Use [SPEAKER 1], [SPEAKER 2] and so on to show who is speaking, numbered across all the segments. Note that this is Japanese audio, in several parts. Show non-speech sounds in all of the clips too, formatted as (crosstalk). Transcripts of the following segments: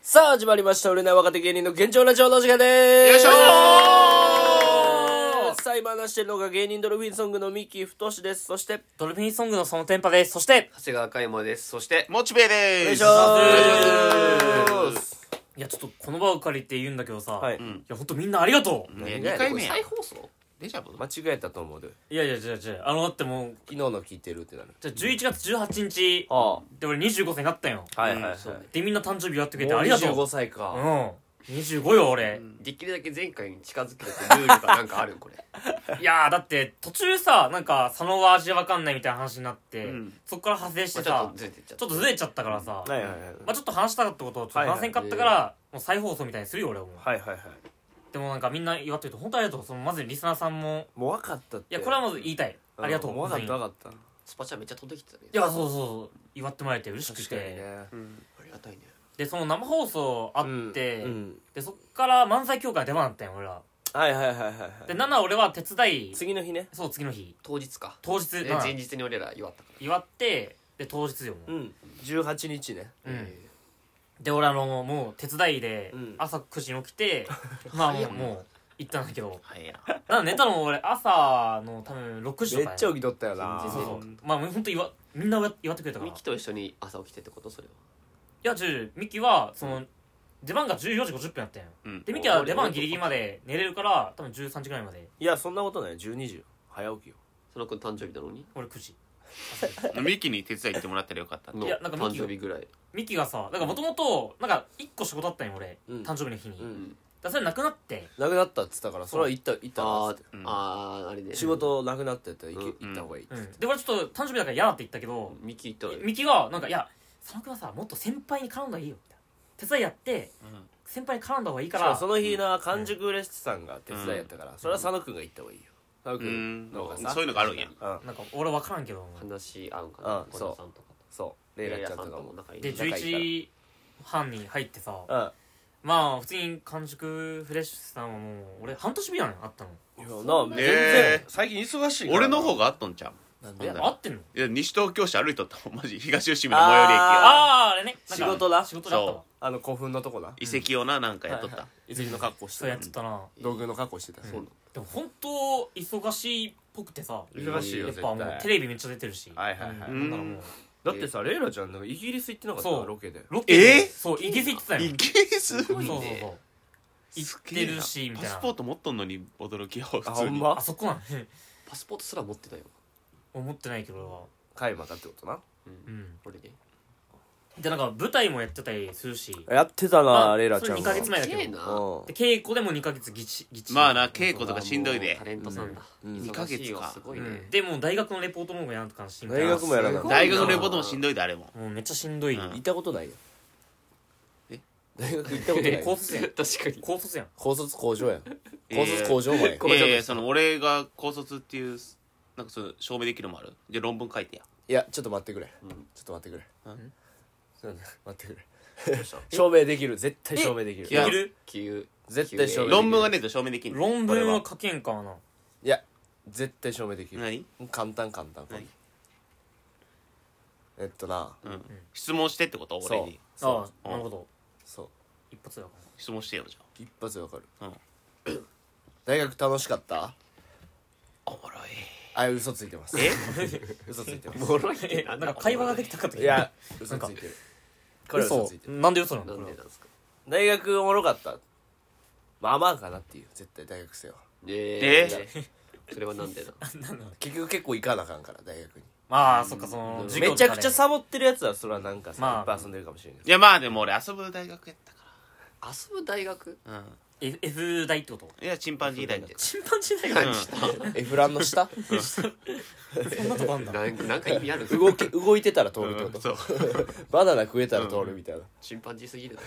[SPEAKER 1] さあ、始まりました。売れない若手芸人の現状ラジオのお時間でーす。
[SPEAKER 2] よいしょ
[SPEAKER 1] さあ、今話してるのが芸人ドルフィンソングの三木太志です。そして、
[SPEAKER 3] ドルフィンソングのそのテンパです。そして、
[SPEAKER 2] 長谷川嘉山ですそしてモチベで
[SPEAKER 1] お願
[SPEAKER 2] す
[SPEAKER 1] いし
[SPEAKER 2] お願いし
[SPEAKER 1] ま
[SPEAKER 2] ます
[SPEAKER 3] いや、ちょっとこの場を借りて言うんだけどさ、
[SPEAKER 1] はい
[SPEAKER 3] いや、ほんとみんなありがとう、
[SPEAKER 2] ね
[SPEAKER 1] 何がやねん
[SPEAKER 2] 2回目や
[SPEAKER 1] これ
[SPEAKER 2] 再放送デジャブ
[SPEAKER 1] 間違えたと思うで。
[SPEAKER 3] いやいや、じゃあじゃあ、あの、だってもう、
[SPEAKER 1] 昨日の聞いてるってなる。
[SPEAKER 3] じゃあ11月18日
[SPEAKER 1] あ
[SPEAKER 3] で俺25歳になったんよ。
[SPEAKER 1] あ、はいはいはい。
[SPEAKER 3] で、みんな誕生日祝ってくれて
[SPEAKER 1] もう
[SPEAKER 3] ありがとう。
[SPEAKER 1] 25歳か。
[SPEAKER 3] うん。25よ、俺。
[SPEAKER 2] できるだけ前回に近づけるってルールがなんかある
[SPEAKER 1] (laughs)
[SPEAKER 2] これ
[SPEAKER 3] いやー、だって途中さ、なんか、佐野は味わかんないみたいな話になって、
[SPEAKER 2] うん
[SPEAKER 3] そっから派生し
[SPEAKER 2] ま
[SPEAKER 3] て
[SPEAKER 2] あちょっ
[SPEAKER 3] さ
[SPEAKER 2] と、ずれてっちゃっ
[SPEAKER 3] ちょっとずれちゃったからさ、
[SPEAKER 1] はいはいはい。
[SPEAKER 3] まあちょっと話したかったことをちょっと話せんかったから、
[SPEAKER 2] は
[SPEAKER 3] もう再放送みたいにするよ、俺はもう。
[SPEAKER 1] はいはいはい。
[SPEAKER 3] でもなんかみんな祝ってると、本当ありがとう。その、まずリスナーさんも、
[SPEAKER 1] もう分かったって。
[SPEAKER 3] いや、これはまず言いたい。
[SPEAKER 1] うん
[SPEAKER 3] ありがとう。
[SPEAKER 1] もう分かった
[SPEAKER 3] 本
[SPEAKER 1] 分かった。
[SPEAKER 2] たスパチャめっちゃ飛んできてたね
[SPEAKER 3] 当にいや、そうそうそう。祝ってもらえて嬉しく
[SPEAKER 1] 確
[SPEAKER 3] て。
[SPEAKER 1] かにね。
[SPEAKER 2] うんありがたいね
[SPEAKER 3] で、その生放送あって、
[SPEAKER 1] うん。
[SPEAKER 3] で、そっから漫才協会出番あったんよ、俺ら。
[SPEAKER 1] はいはいはいはいは
[SPEAKER 3] で、7俺は手伝い、
[SPEAKER 1] い。次の日ね。
[SPEAKER 3] そう、次の日。
[SPEAKER 2] 当日か
[SPEAKER 3] 当日、
[SPEAKER 2] で
[SPEAKER 3] まあ
[SPEAKER 2] 前日に俺ら祝ったか
[SPEAKER 3] 祝って、で、当日よ、もう。
[SPEAKER 1] うん。18日ね。
[SPEAKER 2] ら
[SPEAKER 3] うん
[SPEAKER 2] えー
[SPEAKER 3] で、俺あの、もう手伝いで
[SPEAKER 1] うん、
[SPEAKER 3] 朝9時に起
[SPEAKER 1] (laughs)
[SPEAKER 3] きて、まあも、
[SPEAKER 2] 早いう
[SPEAKER 3] もう、行ったんだけど、
[SPEAKER 2] はいや
[SPEAKER 3] なんか寝たのも俺、朝の多分6時
[SPEAKER 1] め
[SPEAKER 3] と
[SPEAKER 1] っ
[SPEAKER 3] かや
[SPEAKER 1] ちゃ起きとったよな
[SPEAKER 3] そうそう。まあ、ほんと祝、みんな祝ってくれたから。
[SPEAKER 2] ミキと一緒に朝起きてってことそれはい
[SPEAKER 3] や、ちゅミキは、その、出番が14時50分やったんよ。
[SPEAKER 2] うん
[SPEAKER 3] で、ミキは出番ギリギリまで寝れるから、多分13時ぐらいまで。
[SPEAKER 1] いや、そんなことない。12時よ。早起きよ。
[SPEAKER 2] 佐野君誕生日なのに
[SPEAKER 3] 俺9時。
[SPEAKER 4] ミキに手伝いってもらったらよかった
[SPEAKER 2] の
[SPEAKER 3] いやなんかミ
[SPEAKER 2] 誕
[SPEAKER 3] キ
[SPEAKER 2] 生日ぐらい
[SPEAKER 3] ミキがさ、だからもともと、なんか、1個仕事あったんよ、俺。
[SPEAKER 1] うん
[SPEAKER 3] 誕生日の日に。
[SPEAKER 1] う
[SPEAKER 3] だか
[SPEAKER 1] ん。
[SPEAKER 3] らそれなくなって。
[SPEAKER 1] なくなったっつったから、それは行った、行った
[SPEAKER 2] あ
[SPEAKER 1] なっつ
[SPEAKER 2] ー
[SPEAKER 1] って
[SPEAKER 4] うん
[SPEAKER 2] あーあれね
[SPEAKER 1] 仕事なくなってたら行
[SPEAKER 2] うん
[SPEAKER 1] け行った方がいいっつ
[SPEAKER 3] う
[SPEAKER 1] って。
[SPEAKER 3] ん。で、俺ちょっと誕生日だから嫌だって言ったけど、
[SPEAKER 2] ミキ行ったら
[SPEAKER 3] ミキが、なんか、いや、佐野くんはさ、もっと先輩に絡んだ方がいいよ、みたいな。手伝いやって、先輩に絡んだ方がいいか、
[SPEAKER 1] しからもその日な完熟レシピさんが手伝いやったから、それは佐野くんが行った方がいいよ佐野くんの方がさ
[SPEAKER 4] そういうのがあるんや
[SPEAKER 1] うん
[SPEAKER 3] なんか、俺分からんけど。
[SPEAKER 2] 話し合うんか
[SPEAKER 1] う
[SPEAKER 2] なん小田さんとか
[SPEAKER 1] そうレイラちゃんとかも
[SPEAKER 2] 仲いい
[SPEAKER 3] で、
[SPEAKER 2] ね
[SPEAKER 1] 仲いい
[SPEAKER 3] 11
[SPEAKER 1] から
[SPEAKER 3] 時半に入ってさ、
[SPEAKER 1] う
[SPEAKER 3] まあ、普通に完熟フレッシュさんはもう、俺、半年ぶりやねん、あったの。
[SPEAKER 1] んいやな全然
[SPEAKER 4] ね
[SPEAKER 1] 最近忙しいから
[SPEAKER 4] 俺の方があっとんちゃ
[SPEAKER 1] なん
[SPEAKER 3] え
[SPEAKER 1] でや
[SPEAKER 3] 合ってんの
[SPEAKER 4] ういや西東京市歩いとったもんマジ東吉見の最寄り
[SPEAKER 1] あ
[SPEAKER 4] 駅や
[SPEAKER 3] あああれねなんか
[SPEAKER 1] 仕事だ
[SPEAKER 3] 仕事だったわ
[SPEAKER 1] あの古墳のとこな
[SPEAKER 4] 遺跡をななんかやっとった、
[SPEAKER 1] 遺跡の格好し
[SPEAKER 3] そうや
[SPEAKER 1] て
[SPEAKER 3] ってたな
[SPEAKER 1] 道具の格好してた
[SPEAKER 2] そうなの
[SPEAKER 3] でも本当忙しいっぽくてさ
[SPEAKER 2] ん
[SPEAKER 1] 忙しい
[SPEAKER 3] や
[SPEAKER 1] よ
[SPEAKER 3] っ
[SPEAKER 1] 絶
[SPEAKER 3] ぱもうテ
[SPEAKER 1] 対
[SPEAKER 3] レビめっちゃ出てるし
[SPEAKER 1] はいはいはい
[SPEAKER 3] うんなんならもう
[SPEAKER 1] だってさレイラちゃんなんかイギリス行ってなかった
[SPEAKER 3] そう
[SPEAKER 1] ロケで
[SPEAKER 3] ロケで
[SPEAKER 4] え
[SPEAKER 3] そう行き過ぎてたよ
[SPEAKER 4] イ
[SPEAKER 3] そう
[SPEAKER 4] ギリス
[SPEAKER 2] ごいね
[SPEAKER 3] そうそう行ってるしみたい
[SPEAKER 4] パ
[SPEAKER 3] な
[SPEAKER 4] スポート持っとんのに驚きよ普
[SPEAKER 1] あ
[SPEAKER 4] 通
[SPEAKER 1] ほん
[SPEAKER 4] に
[SPEAKER 1] ま
[SPEAKER 3] あそこなの
[SPEAKER 2] パスポートすら持ってたよ
[SPEAKER 3] (laughs) 思ってないけど俺は
[SPEAKER 1] カイマかってことな
[SPEAKER 3] うん
[SPEAKER 2] 俺ね
[SPEAKER 3] でなんか舞台もやってたりするし
[SPEAKER 1] やってた
[SPEAKER 3] ま
[SPEAKER 1] な
[SPEAKER 3] あ
[SPEAKER 1] レイラちゃん
[SPEAKER 3] それ二ヶ月前だけど
[SPEAKER 2] すげえな
[SPEAKER 3] で稽古でも2ヶ月ぎちぎち
[SPEAKER 4] まあな稽古とかしんどい
[SPEAKER 2] もう
[SPEAKER 4] で
[SPEAKER 2] タレントさんだ
[SPEAKER 1] うん
[SPEAKER 2] 忙し
[SPEAKER 4] 二
[SPEAKER 2] いわ
[SPEAKER 4] ヶ月か
[SPEAKER 2] すご
[SPEAKER 3] う
[SPEAKER 2] いね
[SPEAKER 3] んでもう大学のレポートもやんとかしんどい
[SPEAKER 1] 大学もやらな
[SPEAKER 2] すごい
[SPEAKER 4] 大学のレポートもしんどいであれも
[SPEAKER 3] もうめっちゃしんどい
[SPEAKER 4] うん
[SPEAKER 1] 行ったことないよ
[SPEAKER 4] え
[SPEAKER 1] 大学行ったことな
[SPEAKER 3] で
[SPEAKER 1] い
[SPEAKER 3] 高卒や
[SPEAKER 2] (laughs)
[SPEAKER 3] ん
[SPEAKER 2] 確かに
[SPEAKER 3] 高卒やん
[SPEAKER 1] 高卒工場やん
[SPEAKER 4] え
[SPEAKER 1] 高
[SPEAKER 4] ー
[SPEAKER 1] 卒工場前
[SPEAKER 4] いやいやその俺が高卒っていうなんかその証明できるのもあるじゃあ論文書いてや
[SPEAKER 1] いやちょっと待ってくれ
[SPEAKER 2] うん
[SPEAKER 1] ちょっと待ってくれ
[SPEAKER 4] うん
[SPEAKER 1] そうね待ってく
[SPEAKER 2] どうした
[SPEAKER 1] れ証明できる絶対証明でき
[SPEAKER 4] いや
[SPEAKER 1] る
[SPEAKER 3] いる
[SPEAKER 2] 急
[SPEAKER 1] 絶対証明できる
[SPEAKER 4] 論文がねえと証明できんの
[SPEAKER 3] 論文は書けんからない
[SPEAKER 1] や絶対証明できる
[SPEAKER 4] 何
[SPEAKER 1] 簡単簡単
[SPEAKER 4] 何
[SPEAKER 1] えっとな
[SPEAKER 4] うん質問してってこと俺に
[SPEAKER 3] あ
[SPEAKER 1] そ
[SPEAKER 3] あなるほど
[SPEAKER 1] そう
[SPEAKER 3] 一発だか
[SPEAKER 4] 質問してよじゃ
[SPEAKER 1] 一発でわかる
[SPEAKER 4] うん
[SPEAKER 1] 大学楽しかった
[SPEAKER 4] あおもろい
[SPEAKER 1] あ嘘ついてます
[SPEAKER 4] え
[SPEAKER 1] (laughs) 嘘ついてま
[SPEAKER 2] お (laughs)
[SPEAKER 1] す
[SPEAKER 2] もろいね
[SPEAKER 3] らなんか会話ができたかった
[SPEAKER 1] いや嘘ついてるこれ嘘
[SPEAKER 3] 嘘
[SPEAKER 1] ついてる
[SPEAKER 3] なんで嘘な
[SPEAKER 2] な
[SPEAKER 3] の
[SPEAKER 2] んでなんですか
[SPEAKER 1] 大学おもろかったまあまあかなっていう絶対大学生は
[SPEAKER 2] え
[SPEAKER 4] え
[SPEAKER 2] それはなん
[SPEAKER 3] (laughs)
[SPEAKER 2] でな
[SPEAKER 1] 結局結構行かなあかんから大学に
[SPEAKER 3] まあそっかその
[SPEAKER 2] 授
[SPEAKER 1] めちゃくちゃ
[SPEAKER 3] さ
[SPEAKER 1] サボってるやつはそれはなんかさ、
[SPEAKER 3] まあ
[SPEAKER 1] いっぱい遊んでるかもしれない
[SPEAKER 4] (laughs) いやまあでも俺遊ぶ大学やったか
[SPEAKER 2] 遊ぶ大学
[SPEAKER 4] らうん
[SPEAKER 3] F- F 大ってこと
[SPEAKER 4] いやチンパンジー大学
[SPEAKER 3] チンパンジー大
[SPEAKER 4] う
[SPEAKER 3] 学
[SPEAKER 4] ん
[SPEAKER 1] エフランの (laughs) 下
[SPEAKER 3] そんなとこあんだ
[SPEAKER 2] なんなんか意味ある (laughs)
[SPEAKER 1] 動き動いてたら通るって
[SPEAKER 4] う
[SPEAKER 1] こ
[SPEAKER 4] ん
[SPEAKER 1] と、
[SPEAKER 4] そう
[SPEAKER 1] (laughs) バナナ食えたら通るみたいな、
[SPEAKER 2] チンパンジーすぎるな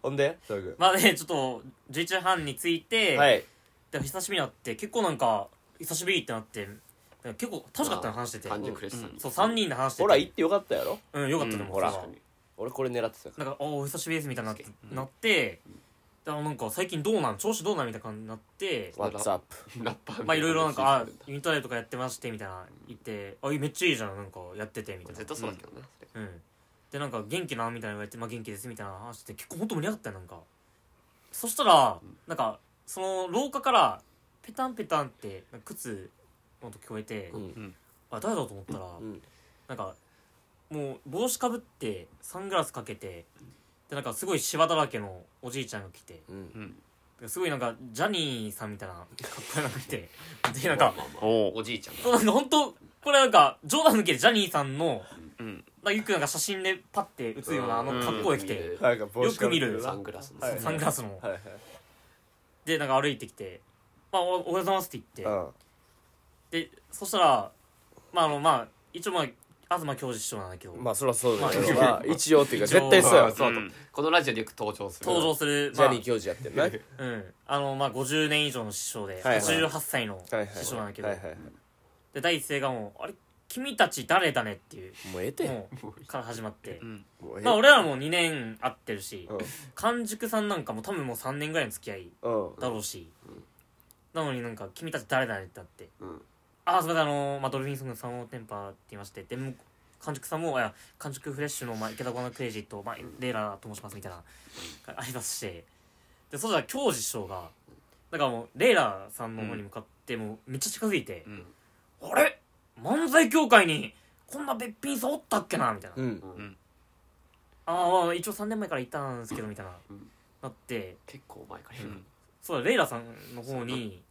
[SPEAKER 1] ほんでそうく
[SPEAKER 3] まあねちょっと11時半に着いて
[SPEAKER 1] んはい
[SPEAKER 3] で久しぶりになって結構なんか久しぶりってなってなんか結構楽しかったの話してて
[SPEAKER 2] 誕生クレスさんに
[SPEAKER 3] そう3人で話して
[SPEAKER 1] ほら
[SPEAKER 3] て
[SPEAKER 1] 行ってよかったやろ
[SPEAKER 3] うんよかったと
[SPEAKER 4] う
[SPEAKER 3] 思
[SPEAKER 1] ん
[SPEAKER 3] う
[SPEAKER 1] ほら
[SPEAKER 3] そ
[SPEAKER 2] 確
[SPEAKER 3] う
[SPEAKER 2] かに
[SPEAKER 1] 俺これ狙ってたか
[SPEAKER 3] なんか「おお久しぶりです」みたいになって
[SPEAKER 2] 確
[SPEAKER 3] なってだからなんか最近どうなん調子どうなんみたいな感じになって
[SPEAKER 1] ら What's up
[SPEAKER 2] ラッパーみた
[SPEAKER 3] まあいろいろなんか、あ
[SPEAKER 2] 話してる、
[SPEAKER 3] ユニットライブとかやってまして、みたいな言って、あ、めっちゃいいじゃん、なんかやってて、みたいな
[SPEAKER 2] 絶。対そうだけどなそれ
[SPEAKER 3] うん。でなんか「元気な?」みたいなの言われて「まあ、元気です」みたいな話して結構ほんと盛り上がったよなんかそしたらなんかその廊下からペタンペタンってなんか靴の音聞こえて、
[SPEAKER 1] うん
[SPEAKER 3] あ誰だと思ったら、
[SPEAKER 1] うん
[SPEAKER 3] なんかもう帽子かぶってサングラスかけてでなんかすごい芝だらけのおじいちゃんが来て
[SPEAKER 1] うん
[SPEAKER 3] すごいなんかジャニーさんみたいな格好がなくてでなんか
[SPEAKER 2] まあまあ
[SPEAKER 4] おお
[SPEAKER 2] おじいちゃん
[SPEAKER 3] そうなん (laughs) か本当これなんか冗談抜きでジャニーさんの
[SPEAKER 4] うん
[SPEAKER 3] なんかよくなんか写真でパッて写るようなあの格好が来て、
[SPEAKER 2] うん
[SPEAKER 1] なんか帽
[SPEAKER 3] よく見る
[SPEAKER 2] サングラスの
[SPEAKER 1] はい
[SPEAKER 3] サングラスの、
[SPEAKER 1] はいはい
[SPEAKER 3] でなんか歩いてきて「まあ、おおはようございます」って言っ
[SPEAKER 1] う
[SPEAKER 3] て、でそしたらまああのまあ一応まあ東教授師匠なんだけど、
[SPEAKER 1] んまあそりゃそうだけど、
[SPEAKER 3] まあ
[SPEAKER 1] まあ、一応っていうか
[SPEAKER 3] 一
[SPEAKER 1] 絶
[SPEAKER 3] 応
[SPEAKER 1] 対そう
[SPEAKER 2] そ
[SPEAKER 1] や
[SPEAKER 2] うそう
[SPEAKER 4] うん
[SPEAKER 2] このラジオでよく登場する
[SPEAKER 3] 登場する、
[SPEAKER 1] ジ
[SPEAKER 3] まあ
[SPEAKER 1] ャニー教授やってるなはい
[SPEAKER 3] うん、あのまあ50年以上の師匠で、
[SPEAKER 1] はいはい
[SPEAKER 3] 88歳の
[SPEAKER 1] はい
[SPEAKER 3] 師匠なんだけど、
[SPEAKER 1] はいはい
[SPEAKER 3] で第一声がもう「あれ君たち誰だね?」っていう
[SPEAKER 1] もうええて
[SPEAKER 3] もうから始まって
[SPEAKER 4] う。ん
[SPEAKER 1] もうええ
[SPEAKER 3] まあ俺らも2年会ってるし、
[SPEAKER 1] うん
[SPEAKER 3] 完熟さんなんかも多分もう3年ぐらいの付き合い
[SPEAKER 1] うん
[SPEAKER 3] だろうし、なのになんか「君たち誰だね?」ってなって
[SPEAKER 2] うん
[SPEAKER 3] 「ああすみませんあのーまあ、ドルフィンソング3号テンパー」って言いましてでもう完熟さんも「いや完熟フレッシュの、まあ、池田コナクレイジット、まあ、レイラーと申します」みたいなありますしてでそしたら教授師匠がだからもうレイラーさんの方に向かってもうめっちゃ近づいて
[SPEAKER 4] うん
[SPEAKER 3] 「あれ漫才協会にこんなべっぴんさんおったっけな」みたいな
[SPEAKER 1] うん
[SPEAKER 3] 「あーまあ一応3年前からいたんですけど」みたいな
[SPEAKER 2] うん
[SPEAKER 3] なって
[SPEAKER 2] 結構前から
[SPEAKER 4] うん
[SPEAKER 3] そうだレイラーさんの方に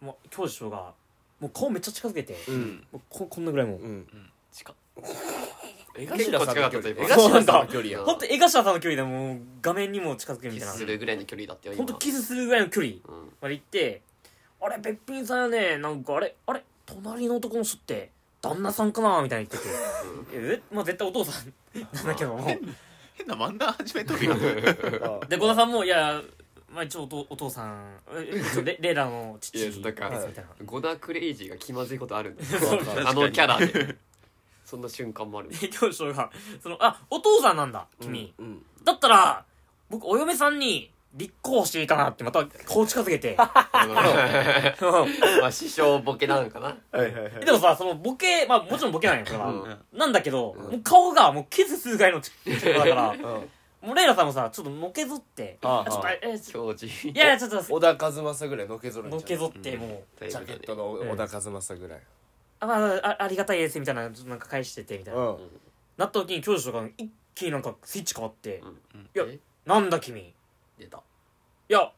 [SPEAKER 3] もう教授師匠がもう顔めっちゃ近づけて。
[SPEAKER 1] う
[SPEAKER 4] うんん
[SPEAKER 3] もうここんなぐらいもう
[SPEAKER 1] うん
[SPEAKER 2] 近っ
[SPEAKER 1] 江
[SPEAKER 2] 結構近かったと今
[SPEAKER 1] 江頭さんの距離や
[SPEAKER 2] そう
[SPEAKER 3] ほんと江頭さんの距離でもう画面にも近づけるみ
[SPEAKER 2] キ
[SPEAKER 3] たい
[SPEAKER 2] スす
[SPEAKER 3] な
[SPEAKER 2] るぐらいの距離だったよ
[SPEAKER 3] ほ
[SPEAKER 2] 今
[SPEAKER 3] んとキスするぐらいの距離
[SPEAKER 2] うん
[SPEAKER 3] まで行ってあれべっぴんさんやねなんかあれあれ隣の男の人って旦那さんかなみたいに言ってて、えぜまあ、絶対お父さん (laughs) なんだけども
[SPEAKER 4] 変な漫談始めとるよ
[SPEAKER 3] で小田さんもいやまあ一応おとお父さんえ一応レレーダーの父
[SPEAKER 2] いや
[SPEAKER 3] ですみた
[SPEAKER 2] だ
[SPEAKER 3] い
[SPEAKER 2] から
[SPEAKER 3] な
[SPEAKER 2] ゴダクレイジーが気まずいことある
[SPEAKER 3] (laughs)
[SPEAKER 2] んだよ
[SPEAKER 1] か
[SPEAKER 4] に
[SPEAKER 2] あのキャラでそんな瞬間もある
[SPEAKER 3] で教授がその「あお父さんなんだ君、
[SPEAKER 1] うん
[SPEAKER 3] だったら僕お嫁さんに立候補していいかな」ってまた顔近づけて
[SPEAKER 2] まあ師匠ボケなのかな
[SPEAKER 1] はいはいは
[SPEAKER 3] でもさそのボケまあもちろんボケなんやから、
[SPEAKER 2] うん
[SPEAKER 3] なんだけど、もう顔がもうキスするぐらいのち (laughs) ちょっとだから
[SPEAKER 1] うん
[SPEAKER 3] もうレイラさんもさちょっとのけぞって
[SPEAKER 1] ああ
[SPEAKER 3] ちょっと
[SPEAKER 1] ああ
[SPEAKER 3] ええちょ
[SPEAKER 2] 教授
[SPEAKER 3] いやいやちょっと
[SPEAKER 1] 小田和正ぐらいのけぞるんちゃ
[SPEAKER 3] の
[SPEAKER 1] う
[SPEAKER 3] けぞってもう、
[SPEAKER 2] という
[SPEAKER 1] ジ
[SPEAKER 2] こ
[SPEAKER 1] ャ
[SPEAKER 2] と
[SPEAKER 1] ケ
[SPEAKER 2] で
[SPEAKER 1] ットの小田和正ぐらい
[SPEAKER 3] あまああありがたいですみたいなちょっとなんか返しててみたいな、
[SPEAKER 1] うん
[SPEAKER 3] なった時に教授とか一気になんかスイッチ変わって「
[SPEAKER 2] ん
[SPEAKER 3] いや
[SPEAKER 2] え
[SPEAKER 3] なんだ君い
[SPEAKER 2] 出た
[SPEAKER 3] や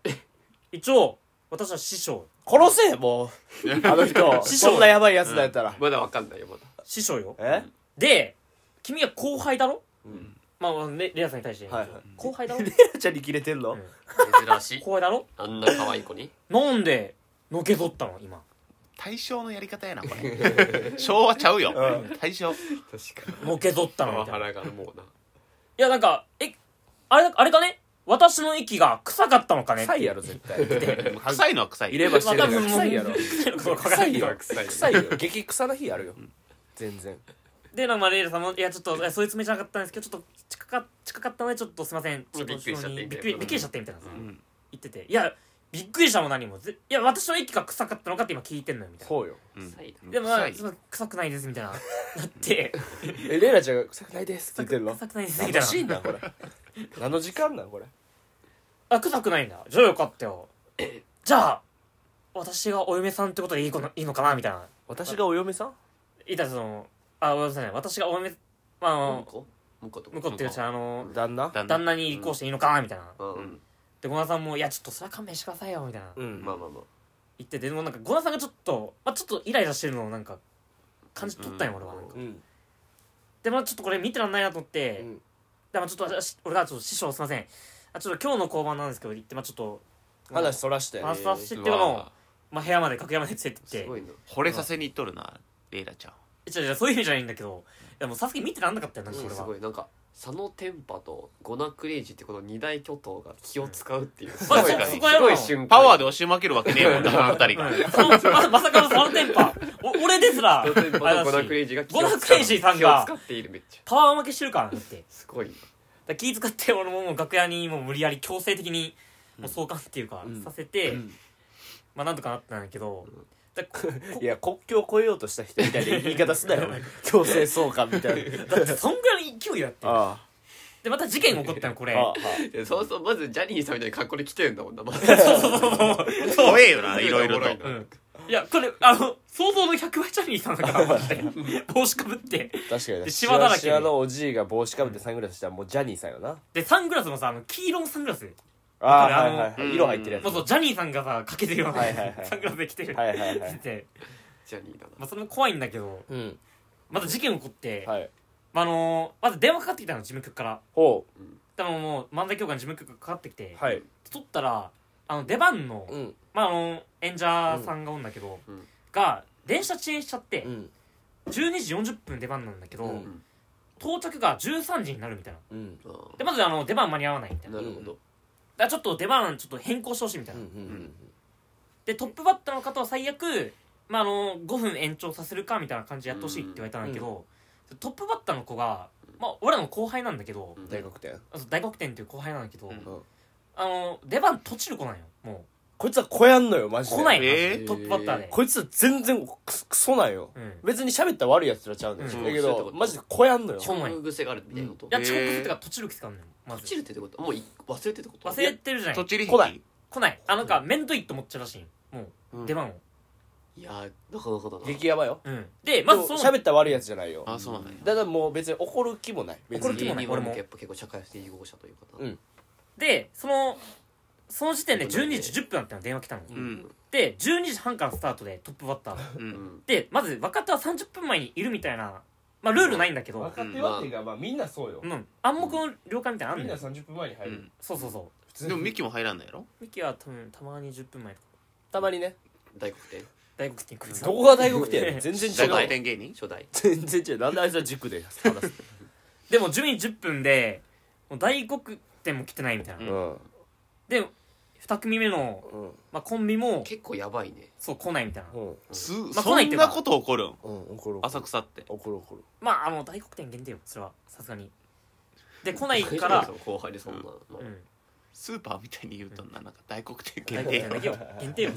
[SPEAKER 3] 一応私は師匠
[SPEAKER 1] 殺せもうあの人
[SPEAKER 3] 師匠
[SPEAKER 1] そんなやばいやつだやったら
[SPEAKER 2] まだわかんないよまだ
[SPEAKER 3] 師匠よ
[SPEAKER 1] (laughs) え
[SPEAKER 3] で君は後輩だろ、
[SPEAKER 1] ん
[SPEAKER 3] まあレレイラさんに対して、
[SPEAKER 1] はいはい
[SPEAKER 3] 後輩だろ
[SPEAKER 1] ちゃんに切れてんの
[SPEAKER 2] 珍しい
[SPEAKER 3] 後輩だろ
[SPEAKER 2] (laughs) あんな可愛い子に
[SPEAKER 3] なんでのけぞったの今
[SPEAKER 4] 大正のやり方やなこれ昭和ちゃうよ大正
[SPEAKER 2] 確か
[SPEAKER 3] のけぞったのみ
[SPEAKER 2] パ
[SPEAKER 3] た
[SPEAKER 2] ワ
[SPEAKER 3] いな
[SPEAKER 2] ハラがもうない
[SPEAKER 3] や、なんか、え、あれだ、あれかね私の息が臭かったのかね
[SPEAKER 1] 臭いやろ絶対 (laughs)
[SPEAKER 4] 臭いのは臭い
[SPEAKER 1] 入れ歯してるから
[SPEAKER 3] まあ多分もう
[SPEAKER 1] 臭いやろ
[SPEAKER 3] 臭いのかわから
[SPEAKER 1] 臭
[SPEAKER 3] ん
[SPEAKER 1] い
[SPEAKER 3] けど
[SPEAKER 1] よ
[SPEAKER 2] 臭いよ
[SPEAKER 1] 臭いよ激臭な日あるよ全然
[SPEAKER 3] で、なんかまあ、レイラさんも、いや、ちょっと、いやそういうつもりじゃなかったんですけど、ちょっと、近か、近かったので、ちょっとすいません。ちょっと
[SPEAKER 2] びっくりしちゃって
[SPEAKER 3] びっくり、
[SPEAKER 2] みたいな
[SPEAKER 3] びっくりしちゃって、みたいなさ、
[SPEAKER 4] ん
[SPEAKER 3] 言ってて。いや、びっくりしたも何も。ぜいや、私の息が臭かったのかって今聞いてんのよ、みたいな。
[SPEAKER 1] こうよ
[SPEAKER 4] うん
[SPEAKER 2] 臭いな
[SPEAKER 3] でも、まあ、
[SPEAKER 4] 臭い
[SPEAKER 3] すいません臭くないです、みたいな。なって、
[SPEAKER 1] えレイラちゃんが臭くないですって言ってんの
[SPEAKER 3] 臭くないです、
[SPEAKER 1] 何
[SPEAKER 3] みた
[SPEAKER 1] の
[SPEAKER 3] い
[SPEAKER 1] シーン
[SPEAKER 3] な。
[SPEAKER 1] なんこれ何の時間なんこれ
[SPEAKER 3] あ、臭くないんだ。じゃあよかったよ。じゃあ、私がお嫁さんってことでいいこのいいのかなみたいな。
[SPEAKER 1] 私がお嫁さん
[SPEAKER 3] いたその、あ、ごめんなさい。私がお嫁、まああの
[SPEAKER 2] 向、こう向こうと
[SPEAKER 3] 向こうっていうかあの
[SPEAKER 1] 旦那
[SPEAKER 4] 旦
[SPEAKER 3] 旦那に移行していいのかなみたいな、
[SPEAKER 2] う
[SPEAKER 4] うんん
[SPEAKER 3] でゴナさんも「いやちょっとそれは勘弁してくださいよ」みたいな、
[SPEAKER 1] うん
[SPEAKER 2] まあまあまあ
[SPEAKER 3] 言っててでもなんかゴナさんがちょっと、まあ、ちょっとイライラしてるのをなんか感じ取ったんよ、
[SPEAKER 2] うん
[SPEAKER 3] 俺はなんか
[SPEAKER 1] うん
[SPEAKER 3] でまあちょっとこれ見てらんないなと思って、
[SPEAKER 1] うん
[SPEAKER 3] でまあちょっとし俺がちょっと師匠すいませんあちょっと今日の交番なんですけど行ってまあちょっと
[SPEAKER 1] 話そらして
[SPEAKER 3] 話させてって
[SPEAKER 4] う
[SPEAKER 3] も
[SPEAKER 4] わ
[SPEAKER 3] まあ、部屋まで楽屋まで連れてっ
[SPEAKER 2] す
[SPEAKER 3] て
[SPEAKER 2] ごいな
[SPEAKER 4] 惚れさせに行っとるなレイラちゃん
[SPEAKER 3] えじゃあじゃあそういう意味じゃないんだけどいやもうサスケ見てらんなかったよなんか
[SPEAKER 2] す
[SPEAKER 3] 俺は、
[SPEAKER 2] ごいなんか佐野天パとゴナクレイジーってこの二大巨頭が気を使う
[SPEAKER 3] (laughs)
[SPEAKER 2] っていうす
[SPEAKER 3] ま
[SPEAKER 2] ご
[SPEAKER 3] あ
[SPEAKER 2] い
[SPEAKER 3] そ
[SPEAKER 2] なんか
[SPEAKER 3] そ
[SPEAKER 2] す
[SPEAKER 3] こやろ
[SPEAKER 2] ごい瞬間
[SPEAKER 4] パワーで押し負けるわけねえもんだから二人が
[SPEAKER 3] うんその (laughs) ままさかの3連覇お俺ですらあ
[SPEAKER 2] 佐
[SPEAKER 3] れ
[SPEAKER 2] 野天パとゴ
[SPEAKER 3] だ
[SPEAKER 2] ナクレ
[SPEAKER 3] し
[SPEAKER 2] イジーが気
[SPEAKER 3] ゴ
[SPEAKER 2] を
[SPEAKER 3] ナク
[SPEAKER 2] 使
[SPEAKER 3] レ
[SPEAKER 2] う
[SPEAKER 3] イジーさん
[SPEAKER 2] 気を
[SPEAKER 3] が
[SPEAKER 2] 使っているめっちゃ
[SPEAKER 3] パワー負けしてるからなって
[SPEAKER 2] すごい
[SPEAKER 3] (laughs)
[SPEAKER 2] な
[SPEAKER 3] だから気遣って俺ももう楽屋にもう無理やり強制的にもう相関っていうか、
[SPEAKER 1] うん
[SPEAKER 3] させて、
[SPEAKER 1] うん
[SPEAKER 3] まあなんとかなったんだけど、だこ
[SPEAKER 1] いや国境を越えようとした人みたいな言い方すなよお前強制送還みた (laughs) いな
[SPEAKER 3] だってそんぐらいの勢いだって
[SPEAKER 1] あ
[SPEAKER 3] でまた事件起こったのこれ
[SPEAKER 1] ああああ
[SPEAKER 2] やそうそうまずジャニーさんみたいな格好で来てるんだも
[SPEAKER 3] (laughs)
[SPEAKER 2] んなまず
[SPEAKER 4] 怖えよないろいろと
[SPEAKER 2] おも
[SPEAKER 3] うんいやこれあの想像の100倍チャニーさんだからマジで帽子かぶって
[SPEAKER 1] 確かにね
[SPEAKER 3] でシワだらけ
[SPEAKER 1] シワのおじいが帽子かぶってサングラスしたらもうジャニーさんよな
[SPEAKER 3] でサングラスもさあの黄色のサングラス
[SPEAKER 1] ああ
[SPEAKER 3] あ
[SPEAKER 1] は
[SPEAKER 3] の
[SPEAKER 1] いはいは
[SPEAKER 4] う
[SPEAKER 1] い
[SPEAKER 4] ん
[SPEAKER 1] 色入ってるやつ
[SPEAKER 3] もうそうジャニーさんがさかけてるような
[SPEAKER 1] はいはいはい
[SPEAKER 3] (laughs) サングラスで着てる
[SPEAKER 1] はいはいはい
[SPEAKER 3] で
[SPEAKER 2] ジャニーだな
[SPEAKER 3] まあそれも怖いんだけど
[SPEAKER 1] うん
[SPEAKER 3] また事件起こって、
[SPEAKER 1] はい
[SPEAKER 3] まああのまず電話かかってきたの事務局から
[SPEAKER 1] ほ
[SPEAKER 3] でももう漫才協会の事務局がかかってきて、
[SPEAKER 1] うはい
[SPEAKER 3] 取ったらあの出番の、
[SPEAKER 1] うん
[SPEAKER 3] まああの演者さんがおんだけど、
[SPEAKER 2] うんうん
[SPEAKER 3] が電車遅延しちゃって、
[SPEAKER 1] うん
[SPEAKER 3] 12時40分出番なんだけど、
[SPEAKER 1] うん
[SPEAKER 3] 到着が13時になるみたいな
[SPEAKER 1] うん
[SPEAKER 2] あ
[SPEAKER 3] でまずあの出番間に合わないみたい
[SPEAKER 2] ー
[SPEAKER 3] なだ
[SPEAKER 2] な
[SPEAKER 3] か
[SPEAKER 2] るほど
[SPEAKER 3] らちょっと出番ちょっと変更してほしいみたい
[SPEAKER 1] うんう
[SPEAKER 3] な、
[SPEAKER 1] ん
[SPEAKER 3] でトップバッターの方は最悪、まあ、あの5分延長させるかみたいな感じでやってほしいって言われたんだけど、トップバッターの子が、まあ、俺らの後輩なんだけど、
[SPEAKER 1] 大黒天
[SPEAKER 3] あそう大黒天っていう後輩なんだけど、
[SPEAKER 4] うん
[SPEAKER 3] あの出番閉じる子なんよも
[SPEAKER 1] こいつは来やんのよマ
[SPEAKER 3] う
[SPEAKER 1] ジで
[SPEAKER 3] 来ない
[SPEAKER 4] え
[SPEAKER 3] の、
[SPEAKER 4] ー
[SPEAKER 3] トップバッターで、
[SPEAKER 1] こいつは全然クソクソなんよ
[SPEAKER 3] うん
[SPEAKER 1] 別に喋ったら悪いやつらちゃうんだよ、
[SPEAKER 3] うん
[SPEAKER 1] だけ
[SPEAKER 2] そういうこ
[SPEAKER 1] ど
[SPEAKER 2] と
[SPEAKER 1] マジで来やんのよ
[SPEAKER 3] ちょ
[SPEAKER 2] 遅刻癖があるみたいなこと
[SPEAKER 3] いや遅刻
[SPEAKER 4] えー
[SPEAKER 3] するとか閉じる癖があるのよま
[SPEAKER 2] 落ち
[SPEAKER 3] ず
[SPEAKER 2] るってこともうい忘れてってこと
[SPEAKER 3] 忘れてるじゃな
[SPEAKER 4] と
[SPEAKER 3] い
[SPEAKER 4] ちり
[SPEAKER 1] 来ない
[SPEAKER 3] 来ないあなんか面倒いって思っちゃうらしいもう、
[SPEAKER 4] うん
[SPEAKER 3] 出番を、
[SPEAKER 2] いやなかなかだな
[SPEAKER 1] 激ヤバよ
[SPEAKER 3] うん、でま
[SPEAKER 1] ま
[SPEAKER 3] ず
[SPEAKER 1] ず
[SPEAKER 3] その
[SPEAKER 1] 喋ったら悪いやつじゃないよ
[SPEAKER 4] あそうなんや
[SPEAKER 1] だからもう別に怒る気もない別に
[SPEAKER 3] 怒る気もない
[SPEAKER 2] 芸人は
[SPEAKER 3] 俺も
[SPEAKER 2] やっぱ結構社会不適合者という方
[SPEAKER 1] うん
[SPEAKER 3] でそのその時点で12時10分だったの電話来たの、
[SPEAKER 1] う
[SPEAKER 4] うん
[SPEAKER 3] で12時半からスタートでトップバッタ
[SPEAKER 4] う
[SPEAKER 3] ー
[SPEAKER 2] うんん
[SPEAKER 3] でまず若手は30分前にいるみたいなまあルールないんだけど、
[SPEAKER 1] 若手はっていうかまあみんなそうよ
[SPEAKER 3] うん、暗黙の了解みたいなのあ
[SPEAKER 1] み
[SPEAKER 3] ん
[SPEAKER 1] ん
[SPEAKER 3] の
[SPEAKER 1] な
[SPEAKER 3] よ
[SPEAKER 1] 30分前に入
[SPEAKER 4] う
[SPEAKER 1] る
[SPEAKER 4] ん
[SPEAKER 3] そうそうそ
[SPEAKER 1] 普通
[SPEAKER 4] でもミ
[SPEAKER 1] に
[SPEAKER 4] キも入らんのやろ
[SPEAKER 3] うミキは多分たまに10分前とか
[SPEAKER 1] たまにね
[SPEAKER 2] 大黒天
[SPEAKER 3] 大黒天来る
[SPEAKER 1] どこが大黒天やねん全
[SPEAKER 4] 大
[SPEAKER 1] 然
[SPEAKER 4] 黒
[SPEAKER 1] 違う
[SPEAKER 4] 天芸人
[SPEAKER 2] 初代
[SPEAKER 1] 全然違うなんであいつは軸で話すの
[SPEAKER 3] でも12時10分でもう大黒天も来てないみたいな、
[SPEAKER 4] うん
[SPEAKER 1] うん
[SPEAKER 3] で2組目の、
[SPEAKER 1] うん
[SPEAKER 3] まあ、コンビも
[SPEAKER 2] 結構やばいね
[SPEAKER 3] そう来ないみたいな、
[SPEAKER 1] うん
[SPEAKER 4] す
[SPEAKER 3] まあ来
[SPEAKER 4] そ
[SPEAKER 3] ないっ
[SPEAKER 4] ん
[SPEAKER 3] てか
[SPEAKER 4] なこと起こるん
[SPEAKER 1] うん怒る怒る
[SPEAKER 4] 浅草って
[SPEAKER 1] 怒る怒る
[SPEAKER 3] まああの大黒天限定よそれはさすがにで来ないから、
[SPEAKER 2] 後輩でそんなの
[SPEAKER 3] うん、
[SPEAKER 4] スーパーみたいに言うとんななんか大黒天
[SPEAKER 3] 大
[SPEAKER 4] 限定
[SPEAKER 3] 黒天だけよ限定よ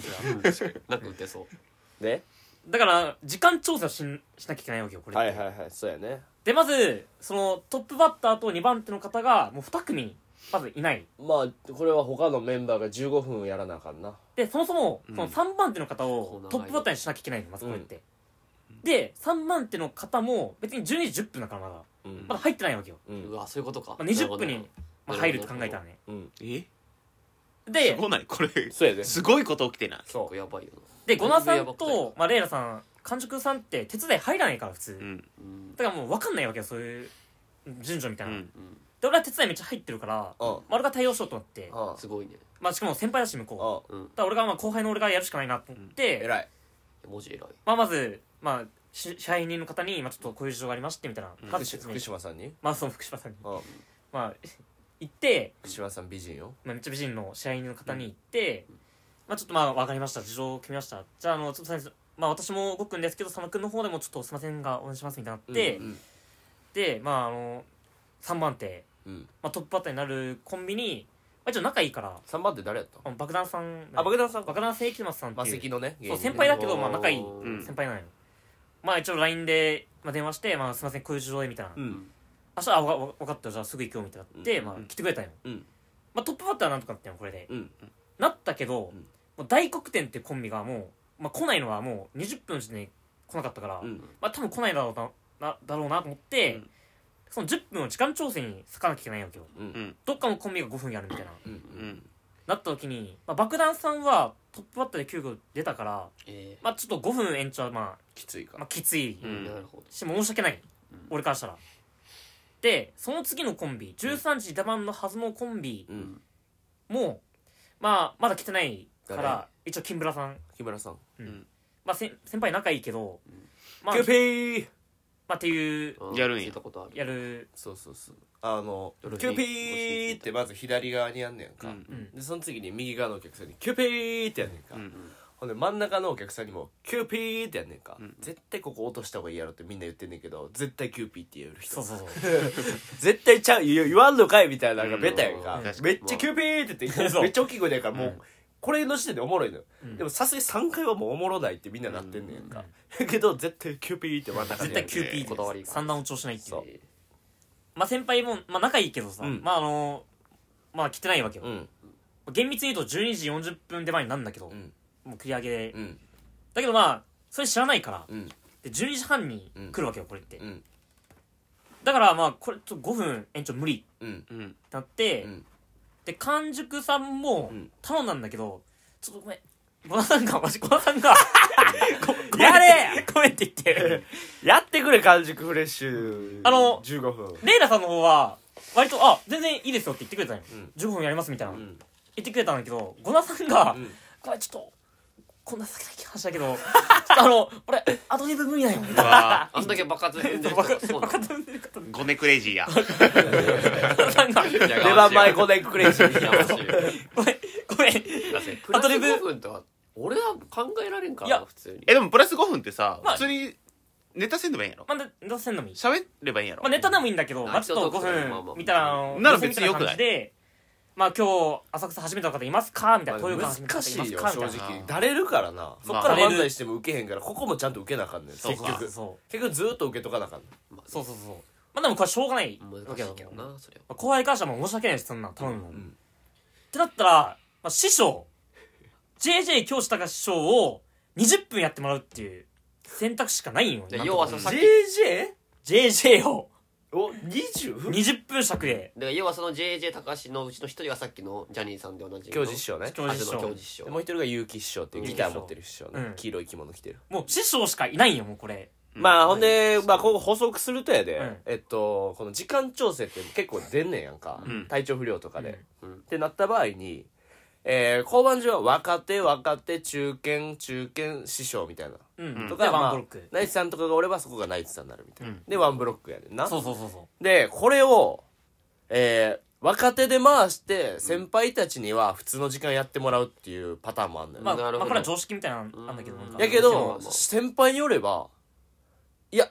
[SPEAKER 3] それは
[SPEAKER 2] なんか打てそう
[SPEAKER 1] で
[SPEAKER 3] だから時間調査しんしなきゃいけないわけよこれって
[SPEAKER 1] はいはいはいそうやね
[SPEAKER 3] でまずそのトップバッターと2番手の方がもう2組まずいない
[SPEAKER 1] まあこれは他のメンバーが15分やらなあかんな
[SPEAKER 3] でそもそも
[SPEAKER 4] う
[SPEAKER 3] そ
[SPEAKER 4] ん
[SPEAKER 3] の3番手の方
[SPEAKER 2] そう
[SPEAKER 3] を
[SPEAKER 2] 長い
[SPEAKER 3] トップバッターにしなきゃいけないのまずこうやって、で3番手の方も別に12時10分だからまだ
[SPEAKER 1] うん
[SPEAKER 3] まだ入ってないわけよ、
[SPEAKER 1] う
[SPEAKER 2] うんわそういうことか
[SPEAKER 3] まあ、20分
[SPEAKER 2] なる
[SPEAKER 3] にまあ入るって考えたらね
[SPEAKER 1] うん
[SPEAKER 4] えす
[SPEAKER 3] で
[SPEAKER 4] ごないこれ
[SPEAKER 1] そうやです
[SPEAKER 4] ごいこと起きてない
[SPEAKER 2] ほどな結構やばいよ
[SPEAKER 3] でゴナさん
[SPEAKER 2] だいぶやばく
[SPEAKER 3] と、まあ、レイラさん完熟さんって手伝い入らないから普通、
[SPEAKER 4] うん
[SPEAKER 2] なうん
[SPEAKER 3] だからもう分かんないわけよそういう順序みた
[SPEAKER 4] う
[SPEAKER 3] いな、
[SPEAKER 4] ん
[SPEAKER 2] うん
[SPEAKER 3] で俺は手伝いめっちゃ入ってるから、
[SPEAKER 1] うん
[SPEAKER 3] まあ俺が対応しようと思って、
[SPEAKER 1] うん
[SPEAKER 2] すごいね
[SPEAKER 3] まあ、しかも先輩だし向こう、
[SPEAKER 1] うん
[SPEAKER 2] うん
[SPEAKER 3] だから俺がまあ後輩の俺がやるしかないなと思って、
[SPEAKER 1] 偉い
[SPEAKER 2] 文字偉い
[SPEAKER 3] まあ、まず、まあ、し支配人の方に、まあ、ちょっとこういう事情がありましてみたいな、
[SPEAKER 4] うん
[SPEAKER 3] ま
[SPEAKER 1] 福
[SPEAKER 3] ず
[SPEAKER 1] 島
[SPEAKER 3] 説明
[SPEAKER 1] 福島さんに
[SPEAKER 3] まあその福島さんに、
[SPEAKER 1] うん
[SPEAKER 3] まあ、行って、
[SPEAKER 1] 福島さん美人よ
[SPEAKER 3] まあ、めっちゃ美人の支配人の方に行って、まあちょっとまあ分かりました事情を決めましたじゃああのちょっと先生まあ私も動くんですけど佐野くんの方でもちょっとすいませんがお願いしますみたいになって、
[SPEAKER 1] うんうん
[SPEAKER 3] でまああの3番手、
[SPEAKER 1] うん
[SPEAKER 3] まあ、トップバッターになるコンビに、まあ、一応仲いいから
[SPEAKER 1] 3番手誰やった
[SPEAKER 3] あの爆弾さん
[SPEAKER 1] あ爆弾さん
[SPEAKER 3] 爆弾さん生きてますさんって
[SPEAKER 1] マ
[SPEAKER 3] いう
[SPEAKER 1] セキのね芸人
[SPEAKER 3] そ
[SPEAKER 1] ね
[SPEAKER 3] う先輩だけどまあ仲いい
[SPEAKER 2] うん
[SPEAKER 3] 先輩なのよ、まあ一応 LINE で、まあ、電話して「まあ、すいませんこういう事情で」みたいな「
[SPEAKER 1] う
[SPEAKER 3] 明
[SPEAKER 1] ん
[SPEAKER 3] 日あわわ分かったよじゃあすぐ行くよ」みたいになって、
[SPEAKER 1] うん
[SPEAKER 3] まあ、来てくれたんよ、
[SPEAKER 1] うん
[SPEAKER 3] まあ、トップバッターはなんとかなったよこれで、
[SPEAKER 1] うん
[SPEAKER 3] なったけど、
[SPEAKER 1] うん
[SPEAKER 3] もう大黒天ってコンビがもう、まあ、来ないのはもう20分のうちに来なかったから、
[SPEAKER 1] うん
[SPEAKER 3] まあ多分来ないだろうななだろうなと思って、
[SPEAKER 4] うん
[SPEAKER 3] その10分を時間調整に割かなきゃいけないわけよ
[SPEAKER 4] うん
[SPEAKER 3] どっかのコンビが5分やるみたいな
[SPEAKER 1] うん
[SPEAKER 4] うん
[SPEAKER 3] なった時に、まあ、爆弾さんはトップバッターで9秒出たから、
[SPEAKER 2] え
[SPEAKER 3] まあ、ちょっと5分延長はま
[SPEAKER 1] きつい
[SPEAKER 3] あ、
[SPEAKER 1] か
[SPEAKER 3] まあ、きつい
[SPEAKER 4] うん
[SPEAKER 2] ーなるほど
[SPEAKER 3] し申し訳ない、
[SPEAKER 2] うん
[SPEAKER 3] 俺からしたらでその次のコンビ13時出番のはずのコンビ
[SPEAKER 1] うん
[SPEAKER 3] も、まあ、まだ来てないから一応金村さん
[SPEAKER 1] 木村さん
[SPEAKER 3] まあ、せん先輩仲いいけど、まあ、
[SPEAKER 1] キューピ
[SPEAKER 3] ま
[SPEAKER 1] ー
[SPEAKER 3] あ、っていう
[SPEAKER 2] うん
[SPEAKER 4] やるんや
[SPEAKER 2] 聞いたことある
[SPEAKER 3] やる
[SPEAKER 1] そうそうそうあのキ
[SPEAKER 2] ドルフィ
[SPEAKER 1] ュ
[SPEAKER 2] ン
[SPEAKER 1] ーピーってまず左側にやんねん
[SPEAKER 4] う
[SPEAKER 1] か
[SPEAKER 4] ん
[SPEAKER 3] うん
[SPEAKER 1] でその次に右側のお客さんにキューピーってやんねんか
[SPEAKER 4] うん
[SPEAKER 1] ほんで真ん中のお客さんにもキューピーってやんねんか
[SPEAKER 4] ん
[SPEAKER 1] 絶対ここ落とした方がいいやろってみんな言ってんねんけど絶対キューピーって言える人
[SPEAKER 3] そうそうそう
[SPEAKER 1] 絶対ちゃう言う言わんのかいみたいなのがベタやん
[SPEAKER 2] う
[SPEAKER 1] か
[SPEAKER 2] ん
[SPEAKER 1] めっちゃキューピーって言って
[SPEAKER 3] そう
[SPEAKER 1] めっちゃ大きい声でやからも
[SPEAKER 3] うん
[SPEAKER 1] うこれの時点でおもろいのよ、
[SPEAKER 3] うん
[SPEAKER 1] でもさすがに3回はもうおもろないってみんななってんねんか、けど絶対キューピーって真ん中
[SPEAKER 3] 絶対キューピー
[SPEAKER 2] こだわり
[SPEAKER 3] で
[SPEAKER 2] が
[SPEAKER 3] す三段落ちをしないってい
[SPEAKER 1] そうう
[SPEAKER 3] まあ先輩も、まあ、仲いいけどさ、
[SPEAKER 1] うん
[SPEAKER 3] まああのまあ来てないわけよ、
[SPEAKER 1] うん
[SPEAKER 3] 厳密に言うと12時40分出前になるんだけど、
[SPEAKER 1] うん
[SPEAKER 3] もう繰り上げで、
[SPEAKER 1] うん
[SPEAKER 3] だけどまあそれ知らないから、
[SPEAKER 1] うん
[SPEAKER 3] で12時半に
[SPEAKER 1] うん
[SPEAKER 3] 来るわけよこれって、
[SPEAKER 1] うん
[SPEAKER 3] だからまあこれちょっと5分延長無理
[SPEAKER 1] うん
[SPEAKER 4] うん
[SPEAKER 3] ってなって、
[SPEAKER 1] うん
[SPEAKER 3] で完熟さんも
[SPEAKER 1] うん
[SPEAKER 3] 頼んだんだけど、ちょっとごめんご田さんが、私、ご田さ
[SPEAKER 1] (laughs)
[SPEAKER 3] んが、ご
[SPEAKER 1] やれ
[SPEAKER 3] ごめんって言って、
[SPEAKER 1] やってくれ完熟フレッシュ
[SPEAKER 3] あの
[SPEAKER 1] 15分
[SPEAKER 3] レイラさんの方は、割と、あ、全然いいですよって言ってくれたのよ。
[SPEAKER 1] うん
[SPEAKER 3] 15分やりますみたいな。
[SPEAKER 1] うん
[SPEAKER 3] 言ってくれたんだけど、ゴナさんが、
[SPEAKER 1] うん
[SPEAKER 3] これちょっと、こんな先々話だけど、ちょっとあの、俺、アドリブ無理だよ。
[SPEAKER 4] うわ
[SPEAKER 2] あんだけ爆発してる人
[SPEAKER 3] バカ、
[SPEAKER 2] そう
[SPEAKER 3] バ
[SPEAKER 2] な
[SPEAKER 3] カ
[SPEAKER 2] の
[SPEAKER 3] とんでる方、
[SPEAKER 4] ゴネクレイジー
[SPEAKER 3] (laughs)
[SPEAKER 4] や
[SPEAKER 3] ゴナさんが、
[SPEAKER 2] いや
[SPEAKER 1] 出番前5
[SPEAKER 2] で
[SPEAKER 1] 年クレイジー
[SPEAKER 2] やましいだ
[SPEAKER 3] ごめん、ごめん。
[SPEAKER 2] って
[SPEAKER 3] アドリブ
[SPEAKER 2] プラス5分とか俺は考えられんか
[SPEAKER 3] いや
[SPEAKER 2] らな普通に
[SPEAKER 4] えでもプラス5分ってさ
[SPEAKER 3] まあ
[SPEAKER 4] 普通にネタせんでもいいんやろ
[SPEAKER 3] まあ、出せんのもいい。
[SPEAKER 4] 喋ればいいんやろ
[SPEAKER 3] まあ、ネタでもいいんだけど、
[SPEAKER 2] あ
[SPEAKER 3] まあ、ちょっと
[SPEAKER 2] 一応トークでまあ
[SPEAKER 3] 5
[SPEAKER 2] まあ
[SPEAKER 3] 分、みたいな、あの
[SPEAKER 4] なら別に良くない
[SPEAKER 3] 様子見た感じで、まあ、今日、浅草始めた方いますかみたいな、こういう感じ
[SPEAKER 1] 難しいよ
[SPEAKER 3] かみ
[SPEAKER 1] 正
[SPEAKER 3] たいな。
[SPEAKER 1] 直だれるからなそっか
[SPEAKER 3] だ
[SPEAKER 1] ら
[SPEAKER 3] れる
[SPEAKER 1] 漫才しても受けへんからここもちゃんと受けなあかんねん
[SPEAKER 4] そう
[SPEAKER 1] 結
[SPEAKER 4] か
[SPEAKER 1] 局結
[SPEAKER 3] そう
[SPEAKER 1] 局ずーっと受けとかなあかんねん
[SPEAKER 3] そうそうそう。まあ、でもこれはしょうがないわ
[SPEAKER 2] 難
[SPEAKER 3] け
[SPEAKER 2] し
[SPEAKER 3] だ
[SPEAKER 2] いけどなそれは
[SPEAKER 3] まあ後輩からしたらもう申し訳ないし、そんなん頼むの。
[SPEAKER 1] ん
[SPEAKER 3] ってなったら、まあ、師匠、JJ 教師隆師匠を20分やってもらうっていう選択肢しかないんよ。
[SPEAKER 2] で
[SPEAKER 3] 今の
[SPEAKER 2] 要
[SPEAKER 3] とこ
[SPEAKER 2] はささっき
[SPEAKER 1] JJ?
[SPEAKER 3] JJ を
[SPEAKER 1] お 20?
[SPEAKER 3] 20分尺で、
[SPEAKER 2] だから要はその JJ 高橋のうちの一人がさっきのジャニーさんで同じ
[SPEAKER 1] 教授師匠ね
[SPEAKER 3] 教授師
[SPEAKER 2] あ
[SPEAKER 3] 匠
[SPEAKER 2] の教。授師匠
[SPEAKER 1] でもう一人が結城師匠っていうギター持ってる師匠
[SPEAKER 3] う
[SPEAKER 1] ね
[SPEAKER 3] ん
[SPEAKER 1] 黄色い着物着てる
[SPEAKER 3] もう師匠しかいないんよ、もうこれ。
[SPEAKER 1] まあほんでまあここ補足するとやで
[SPEAKER 3] うん
[SPEAKER 1] えっとこの時間調整って結構出んねんやんか
[SPEAKER 4] うん
[SPEAKER 1] 体調不良とかで
[SPEAKER 2] うん
[SPEAKER 1] ってなった場合にえー交番上は若手若手中堅中堅師匠みたいな
[SPEAKER 3] うん。
[SPEAKER 1] と
[SPEAKER 3] で
[SPEAKER 1] か
[SPEAKER 3] ワン
[SPEAKER 1] ま
[SPEAKER 3] ブ
[SPEAKER 1] あ
[SPEAKER 3] ロック。
[SPEAKER 1] ナイツさんとかがおればそこがナイツさんになるみたいな
[SPEAKER 3] うん
[SPEAKER 1] でワンブロックやねんな
[SPEAKER 3] そうそうそうそう。
[SPEAKER 1] でこれをえー若手で回して先輩たちには普通の時間やってもらうっていうパターンもあんのよ
[SPEAKER 3] まあ、ま
[SPEAKER 2] な
[SPEAKER 3] あ
[SPEAKER 2] るほど
[SPEAKER 3] これは常識みたいなのあんだけど
[SPEAKER 2] うん
[SPEAKER 3] なんか
[SPEAKER 1] やけど
[SPEAKER 2] まあ
[SPEAKER 1] 先輩によればいや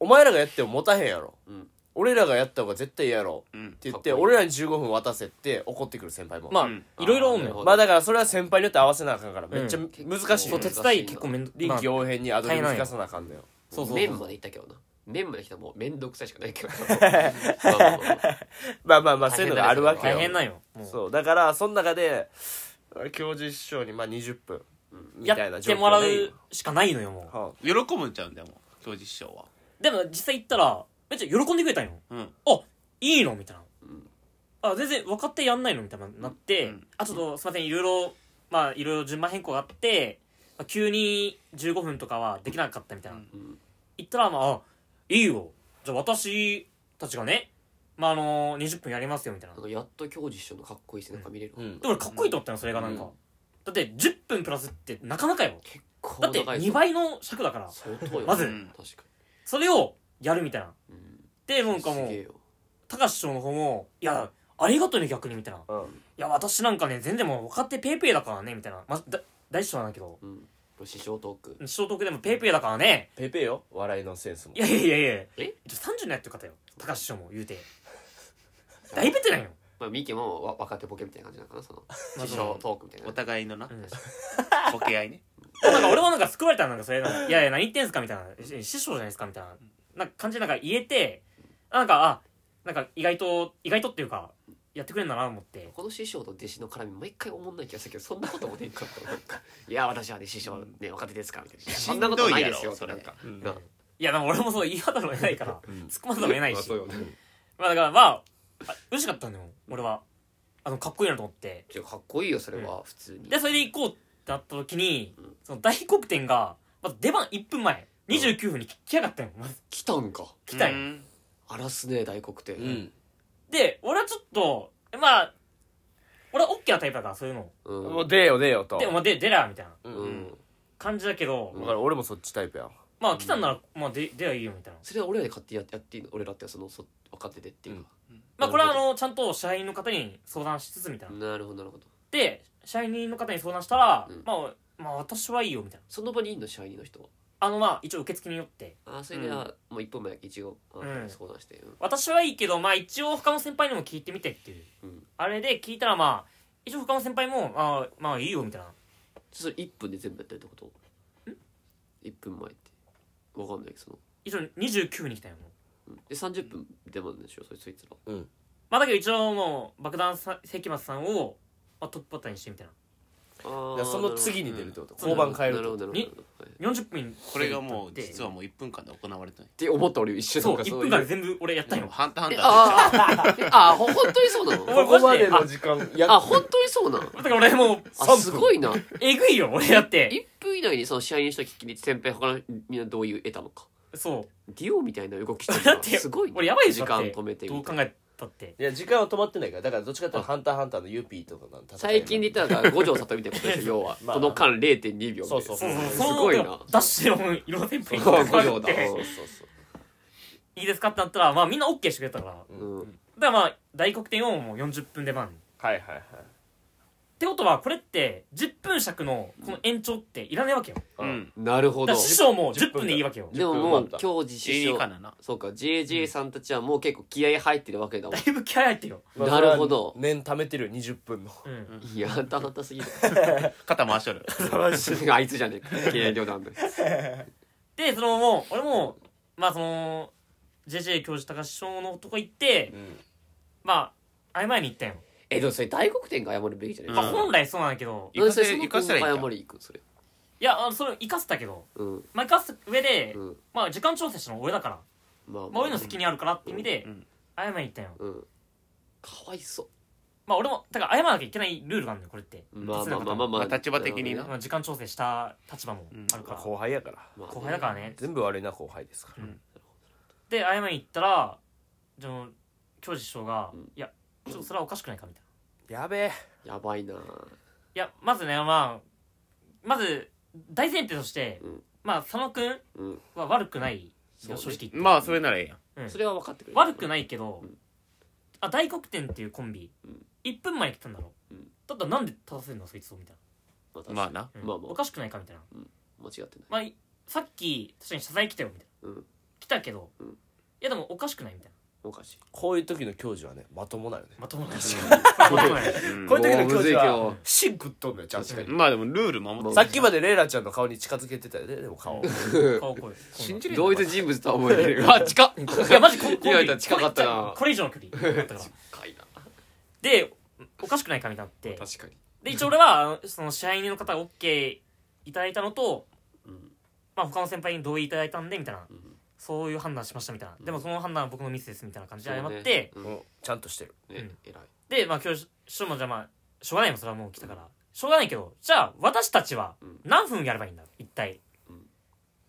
[SPEAKER 1] お前らがやっても持たへんやろ、
[SPEAKER 2] うん
[SPEAKER 1] 俺らがやった方が絶対いいやろ
[SPEAKER 4] うん
[SPEAKER 1] って言っ
[SPEAKER 2] か
[SPEAKER 1] て
[SPEAKER 2] っこいい
[SPEAKER 1] 俺らに15分渡せって怒ってくる先輩も
[SPEAKER 3] ま
[SPEAKER 4] うん
[SPEAKER 3] あ、いろいろおんの
[SPEAKER 2] なるほ
[SPEAKER 3] よ。
[SPEAKER 2] ど
[SPEAKER 1] まあだからそれは先輩によって合わせなあかんからめっちゃ
[SPEAKER 3] う
[SPEAKER 1] 難しい
[SPEAKER 2] ど
[SPEAKER 1] よ、
[SPEAKER 3] そう、手伝い結構めんど
[SPEAKER 1] 臨
[SPEAKER 3] まあ
[SPEAKER 1] 機応変にアドリブ聞かさなあかんのよ、
[SPEAKER 3] そうそう
[SPEAKER 2] 麺までいったけどな麺まで来たらもう面倒くさいしかない
[SPEAKER 3] (laughs)
[SPEAKER 2] けどまあまあまあまあ
[SPEAKER 1] まあまあまあそういうのがあるわけ
[SPEAKER 3] 大
[SPEAKER 1] よ
[SPEAKER 3] 変なんよ。もう
[SPEAKER 1] そうだからその中で教授師匠にまあ20分み
[SPEAKER 3] や
[SPEAKER 1] たいな
[SPEAKER 3] ってもら
[SPEAKER 1] で
[SPEAKER 3] うしかないのよ、もう。
[SPEAKER 1] は
[SPEAKER 4] 喜ぶんちゃうんだよもう教授師匠は
[SPEAKER 3] でも実際行ったらめっちゃ喜んでくれたんよ
[SPEAKER 4] うん
[SPEAKER 3] あいいのみたいな、
[SPEAKER 2] ん
[SPEAKER 3] あ全然分かってやんないのみたいななって、
[SPEAKER 4] うん
[SPEAKER 3] あちょっとすいませんいろいろまあいろいろ順番変更があって、まあ、急に15分とかはできなかったみたいな、
[SPEAKER 4] うん
[SPEAKER 2] うん
[SPEAKER 3] 行ったらまああいいよじゃあ私たちがねまああの20分やりますよみたいな
[SPEAKER 2] なんかやっと教授師匠のかっこいい背中見れる
[SPEAKER 1] い、うん
[SPEAKER 3] でも俺かっこいいと思ったのそれがなんか、
[SPEAKER 2] うん
[SPEAKER 3] だって10分プラスってなかなかよ
[SPEAKER 2] こ
[SPEAKER 3] だ
[SPEAKER 2] う
[SPEAKER 3] って
[SPEAKER 2] 長いぞ
[SPEAKER 3] 2倍の尺だから
[SPEAKER 2] 相当よ
[SPEAKER 3] まず
[SPEAKER 2] うん確か
[SPEAKER 3] それをやるみたいな
[SPEAKER 2] にうん
[SPEAKER 3] でなんかも
[SPEAKER 2] すげえ
[SPEAKER 3] う
[SPEAKER 2] よ
[SPEAKER 3] 高橋師匠の方も「いやありがとうね逆に」みたいな
[SPEAKER 1] うん
[SPEAKER 3] いや、私なんかね、全然もう若手ペイペイだからね、みたいな。まあ、だ大師匠なんだけど、
[SPEAKER 2] うん師匠トーク
[SPEAKER 3] 小徳でもペイペイだからね。
[SPEAKER 1] ペペよ笑いのセンスも
[SPEAKER 3] いやいやいやいや
[SPEAKER 2] え
[SPEAKER 3] ちょ ?30 年やってる方よ。高橋師匠も言うて。大ベテラ
[SPEAKER 2] (laughs)
[SPEAKER 3] ンよ。
[SPEAKER 2] まあミキもわ若手ボケみたいな感じなのかなその
[SPEAKER 3] まあ
[SPEAKER 2] 師匠トークみたい
[SPEAKER 4] お
[SPEAKER 2] な
[SPEAKER 4] 互いのな
[SPEAKER 3] うん
[SPEAKER 4] ボケ合いね
[SPEAKER 3] なんか俺もなんか救われたのなん
[SPEAKER 5] (laughs)
[SPEAKER 3] かそれなんかいやいや、何言ってんすかみたいな。し師匠じゃないですかみたいな。なんか感じでなんか言えて、なんか、あ、なんか意外と、意外とっていうか、やってくれるんだなと思って。
[SPEAKER 2] この師匠と弟子の絡み毎回おもんない気がするけどそんなこともねえかったなん
[SPEAKER 3] (laughs)
[SPEAKER 2] かいや私はね師匠ね若手ですからみたいな
[SPEAKER 4] し
[SPEAKER 2] そん
[SPEAKER 4] ん
[SPEAKER 2] な
[SPEAKER 4] どいやろ
[SPEAKER 2] ことないですよ
[SPEAKER 4] それ
[SPEAKER 2] なんか
[SPEAKER 1] うん
[SPEAKER 2] ない
[SPEAKER 3] や、でも俺もそう言い張ったの得な
[SPEAKER 5] (laughs)
[SPEAKER 3] いから、
[SPEAKER 1] うん
[SPEAKER 3] 突っ込まざるを得ない
[SPEAKER 5] まあ
[SPEAKER 3] し
[SPEAKER 5] そう。よね
[SPEAKER 3] まあだからまあ、あ嬉しかったのよ、俺は。あの、かっこいいなと思って。
[SPEAKER 2] ちょかっこいいよそれは普通に
[SPEAKER 3] でそれで行こうってなった時に、
[SPEAKER 2] ん
[SPEAKER 3] その大黒天が、まず出番1分前29分に来来やがったよ、まず
[SPEAKER 2] 来たんか
[SPEAKER 3] 来たよ、
[SPEAKER 4] うん
[SPEAKER 2] 荒らすね大黒天
[SPEAKER 1] うん
[SPEAKER 3] で俺はちょっとまあ俺はオッケーなタイプだからそういうの
[SPEAKER 2] うん
[SPEAKER 1] もう出よ出よと
[SPEAKER 3] でお前で出らみたいな
[SPEAKER 1] う
[SPEAKER 2] うんん
[SPEAKER 3] 感じだけど、
[SPEAKER 1] だから俺もそっちタイプや
[SPEAKER 3] まあ来たんなら、まあで出りゃいいよみたいな
[SPEAKER 2] それは俺らで勝手にややっていいの俺らってそのそ若手でっていうか、
[SPEAKER 3] まあこれはあ
[SPEAKER 2] なる
[SPEAKER 3] のちゃんと支配人の方に相談しつつみたいな、
[SPEAKER 2] なるほどなるほど
[SPEAKER 3] で支配人の方に相談したら、
[SPEAKER 2] うん
[SPEAKER 3] まあまあ私はいいよみたいな
[SPEAKER 2] その場にいんの支配人の人は
[SPEAKER 3] あのまあ一応受付によって
[SPEAKER 2] ああそれで、
[SPEAKER 4] うん
[SPEAKER 2] あもう一本前一応、あ
[SPEAKER 3] うん
[SPEAKER 2] 相談して、うん
[SPEAKER 3] 私はいいけどまあ一応他の先輩にも聞いてみてっていう、
[SPEAKER 2] うん
[SPEAKER 3] あれで聞いたらまあ一応他の先輩も「ああまあいいよ」みたいな
[SPEAKER 2] それ1分で全部やったりってこと1分前ってわかんないけどその
[SPEAKER 3] 一応29分に来たよもう
[SPEAKER 2] うんで30分出番でしょそいそいつら
[SPEAKER 3] まあだけど一応もう爆弾さ関松さんを、まあ、トップバッターにしてみたいな
[SPEAKER 1] い
[SPEAKER 2] あ
[SPEAKER 1] や
[SPEAKER 2] ー
[SPEAKER 1] その次に出るってこと
[SPEAKER 3] な
[SPEAKER 1] 交
[SPEAKER 3] るほど
[SPEAKER 1] 番変える
[SPEAKER 2] な
[SPEAKER 1] って
[SPEAKER 2] る
[SPEAKER 1] こと
[SPEAKER 2] ほどなるほどはいっ
[SPEAKER 3] 40分
[SPEAKER 4] これがもう実は
[SPEAKER 3] っ
[SPEAKER 4] もう1分間で行われてない
[SPEAKER 2] て思った俺一瞬
[SPEAKER 3] そう
[SPEAKER 2] なんか
[SPEAKER 3] 1
[SPEAKER 2] そう
[SPEAKER 3] 分
[SPEAKER 2] いう
[SPEAKER 3] 間で全部俺やったんよ
[SPEAKER 4] ハンターハンター
[SPEAKER 2] あーあーあーほ本当にそうなの
[SPEAKER 1] (laughs)
[SPEAKER 3] お前
[SPEAKER 1] ここまで
[SPEAKER 3] マ
[SPEAKER 1] の時間や
[SPEAKER 2] あ本当にそうなの
[SPEAKER 3] だから俺もう
[SPEAKER 1] 3
[SPEAKER 2] あ
[SPEAKER 1] 分
[SPEAKER 2] すごいな
[SPEAKER 3] えぐいよ俺やって
[SPEAKER 2] 1分以内にその試合にしたきっきり先輩他のみんな同意を得たのか
[SPEAKER 3] そ
[SPEAKER 2] ディオみたいな動きして
[SPEAKER 3] だ
[SPEAKER 2] (laughs) る
[SPEAKER 3] っ
[SPEAKER 2] な
[SPEAKER 3] て
[SPEAKER 2] すごいね
[SPEAKER 3] 俺やばいでし
[SPEAKER 2] 時
[SPEAKER 3] ょ
[SPEAKER 2] 間
[SPEAKER 3] だって
[SPEAKER 2] 止めて
[SPEAKER 3] うど
[SPEAKER 2] み
[SPEAKER 3] う
[SPEAKER 2] た
[SPEAKER 3] 考
[SPEAKER 2] いな
[SPEAKER 3] えたって
[SPEAKER 1] いや時間は止まってないからだからどっちかっていうと「ハンターハンター」のユーピーとかの戦いの
[SPEAKER 2] 最近で言ったらだから五条里みたいなことでしょ要は (laughs)
[SPEAKER 1] まあ
[SPEAKER 2] この間0.2秒
[SPEAKER 1] そうそう
[SPEAKER 3] そうそう
[SPEAKER 2] す
[SPEAKER 3] その
[SPEAKER 2] ごいな
[SPEAKER 3] ダッシュでもういろんな先輩に
[SPEAKER 2] そう
[SPEAKER 3] 関わ
[SPEAKER 2] 五条
[SPEAKER 3] っ
[SPEAKER 2] だ
[SPEAKER 3] て
[SPEAKER 1] そうそうそう
[SPEAKER 3] いいですかってなったらまあみんな OK してくれたからだか
[SPEAKER 2] うん
[SPEAKER 3] らまあ大黒点をもう40分で番
[SPEAKER 1] はいはいはい
[SPEAKER 3] ってことはこれって10分尺のこの延長っていらないわけよ
[SPEAKER 4] う
[SPEAKER 1] うん
[SPEAKER 4] ん
[SPEAKER 2] なるほ
[SPEAKER 3] だ
[SPEAKER 2] ど
[SPEAKER 3] から師匠も10分でいいわけよ
[SPEAKER 1] 10
[SPEAKER 2] でももう
[SPEAKER 1] 分
[SPEAKER 2] 今日
[SPEAKER 4] 知
[SPEAKER 2] 実
[SPEAKER 4] り
[SPEAKER 2] 習
[SPEAKER 4] にかなな
[SPEAKER 2] そうか JJ さんたちはもう結構気合入ってるわけだも (laughs)
[SPEAKER 3] だ
[SPEAKER 2] ん
[SPEAKER 3] いぶ気合入ってるよ
[SPEAKER 1] まあ
[SPEAKER 2] なるほど
[SPEAKER 1] それは念貯めてるよ20分の
[SPEAKER 3] うん
[SPEAKER 2] いやあんたあんたすぎる (laughs)
[SPEAKER 4] 肩回しとる
[SPEAKER 2] あいつじゃねえか気合量なんで
[SPEAKER 3] でそのもう俺もまあその JJ 教授高師匠のとこ行ってまあ曖昧に行ったよ、
[SPEAKER 2] (laughs) えでもそれ大黒天が謝るべきじゃない
[SPEAKER 4] うん
[SPEAKER 3] ま
[SPEAKER 2] で
[SPEAKER 3] あ、
[SPEAKER 2] すか
[SPEAKER 3] 本来そうなんだけど
[SPEAKER 4] (laughs) 行かせ
[SPEAKER 2] なん
[SPEAKER 4] 行
[SPEAKER 2] で
[SPEAKER 4] かせたらいい
[SPEAKER 2] そ
[SPEAKER 4] んだ
[SPEAKER 2] の子が謝り行くそれ
[SPEAKER 3] いやあそれを生かせたけど
[SPEAKER 2] うん
[SPEAKER 3] まあ生かす上で、
[SPEAKER 2] うん
[SPEAKER 3] まあ時間調整したの俺だから、
[SPEAKER 2] まあ
[SPEAKER 3] まあ、俺の責任あるからって意味で
[SPEAKER 4] うん
[SPEAKER 3] 謝りに行ったよ、
[SPEAKER 2] うんかわいそ
[SPEAKER 3] まあ俺もだから謝らなきゃいけないルールがあるのよこれって
[SPEAKER 2] うまあまあまあまあま
[SPEAKER 4] ま
[SPEAKER 2] あ
[SPEAKER 4] あ立場的にな
[SPEAKER 3] まあ時間調整した立場もあるから、
[SPEAKER 1] (laughs) 後輩やから
[SPEAKER 2] まあね
[SPEAKER 3] 後輩だからね
[SPEAKER 1] 全部悪いな後輩ですから
[SPEAKER 3] で謝りに行ったらその教授師匠が、
[SPEAKER 2] うん
[SPEAKER 3] いやちょっとそれはおかしくないかみたいな
[SPEAKER 1] やべえ
[SPEAKER 2] やばいない
[SPEAKER 3] やまずねまあまず大前提として、
[SPEAKER 2] うん
[SPEAKER 3] まあ佐野くん
[SPEAKER 2] うん
[SPEAKER 3] は悪くないよ、
[SPEAKER 2] そ
[SPEAKER 3] 正直言
[SPEAKER 2] うね
[SPEAKER 3] って、
[SPEAKER 4] まあそれならええやん
[SPEAKER 3] うん
[SPEAKER 2] それは分かってくれ
[SPEAKER 3] 悪く
[SPEAKER 2] い
[SPEAKER 3] ないけど、
[SPEAKER 2] うん
[SPEAKER 3] あ大黒天っていうコンビ、
[SPEAKER 2] うん
[SPEAKER 3] 1分前に来たんだろ、
[SPEAKER 2] うん
[SPEAKER 3] だったらなんで立たせるのそいつをみたい
[SPEAKER 4] まあな
[SPEAKER 3] な、
[SPEAKER 2] まあまあ
[SPEAKER 3] おかしくないかみたいな、
[SPEAKER 2] 間違ってない
[SPEAKER 3] まあ、いさっき確かに謝罪来たよみたいな、
[SPEAKER 2] うん
[SPEAKER 3] 来たけど、
[SPEAKER 2] うん
[SPEAKER 3] いやでもおかしくないみたい
[SPEAKER 2] おかしい
[SPEAKER 1] こういう時の教授はねまともなよね
[SPEAKER 3] なまともな話がまともな話
[SPEAKER 2] (laughs)
[SPEAKER 1] こういう時の
[SPEAKER 2] む
[SPEAKER 1] 教
[SPEAKER 2] ず
[SPEAKER 1] 授
[SPEAKER 2] い今
[SPEAKER 1] は
[SPEAKER 2] 日
[SPEAKER 1] シンクっとんのよちゃんと
[SPEAKER 4] うんまあでもルール守って
[SPEAKER 1] さっきまでレイラちゃんの顔に近づけてたよねでも顔
[SPEAKER 3] 顔こういう信
[SPEAKER 4] じれんの
[SPEAKER 2] 同一人物とは思え
[SPEAKER 4] (laughs)
[SPEAKER 2] ないあ近っ
[SPEAKER 3] いやマジこ
[SPEAKER 2] いやいや近かったな
[SPEAKER 3] これ以上の距離だったか
[SPEAKER 2] (laughs)
[SPEAKER 3] ら
[SPEAKER 2] 近いな
[SPEAKER 3] でおかしくないかみたいになって
[SPEAKER 2] 確かに
[SPEAKER 3] で一応俺はあのその支配人の方が OK いただいたのと、
[SPEAKER 2] ん
[SPEAKER 3] まあ、他の先輩に同意いただいたんでみたいな、
[SPEAKER 2] ん
[SPEAKER 3] そういう判断しましたみたいな、でもその判断は僕のミスですみたいな感じで謝
[SPEAKER 2] そうね
[SPEAKER 3] って、
[SPEAKER 2] う
[SPEAKER 1] うんんちゃんとしてる
[SPEAKER 2] ね偉い
[SPEAKER 3] でまあ今日師匠もじゃあまあしょうがないもんそれはもう来たから、しょうがないけどじゃあ私たちは
[SPEAKER 2] うん
[SPEAKER 3] 何分やればいいんだ一体、
[SPEAKER 2] うん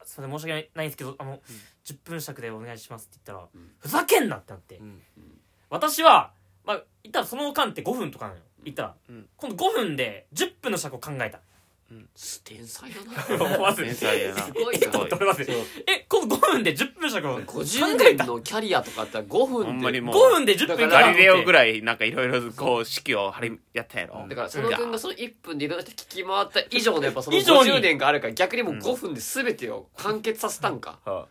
[SPEAKER 3] すいません申し訳ないんですけどあの、10分尺でお願いしますって言ったら、
[SPEAKER 2] うん
[SPEAKER 3] ふざけんなってなって、
[SPEAKER 1] うん
[SPEAKER 3] 私は、まあ、言ったらその間って5分とかなのよ言ったら、
[SPEAKER 4] うん
[SPEAKER 3] 今度5分で10分の尺を考え
[SPEAKER 2] (laughs)
[SPEAKER 3] た
[SPEAKER 2] 天才だな
[SPEAKER 4] (laughs)
[SPEAKER 3] 思わず
[SPEAKER 4] 天才やな
[SPEAKER 2] すごい
[SPEAKER 3] (laughs) えっと思って思います
[SPEAKER 2] そう
[SPEAKER 3] え今度5分で10分尺を考
[SPEAKER 2] 50
[SPEAKER 3] え
[SPEAKER 2] 年
[SPEAKER 3] た
[SPEAKER 2] のキャリアとかあったら5分で
[SPEAKER 4] ほんまにもう
[SPEAKER 3] 5分で10分
[SPEAKER 2] だか
[SPEAKER 4] ガリレオぐ
[SPEAKER 3] い
[SPEAKER 4] らいなんかいろいろこう式を張りやったやろ
[SPEAKER 2] だからその君がその1分でいろんな人聞き回った以上のやっぱその
[SPEAKER 3] 以上に
[SPEAKER 2] 50年があるから逆にもう5分で全てを完結させたんか
[SPEAKER 1] は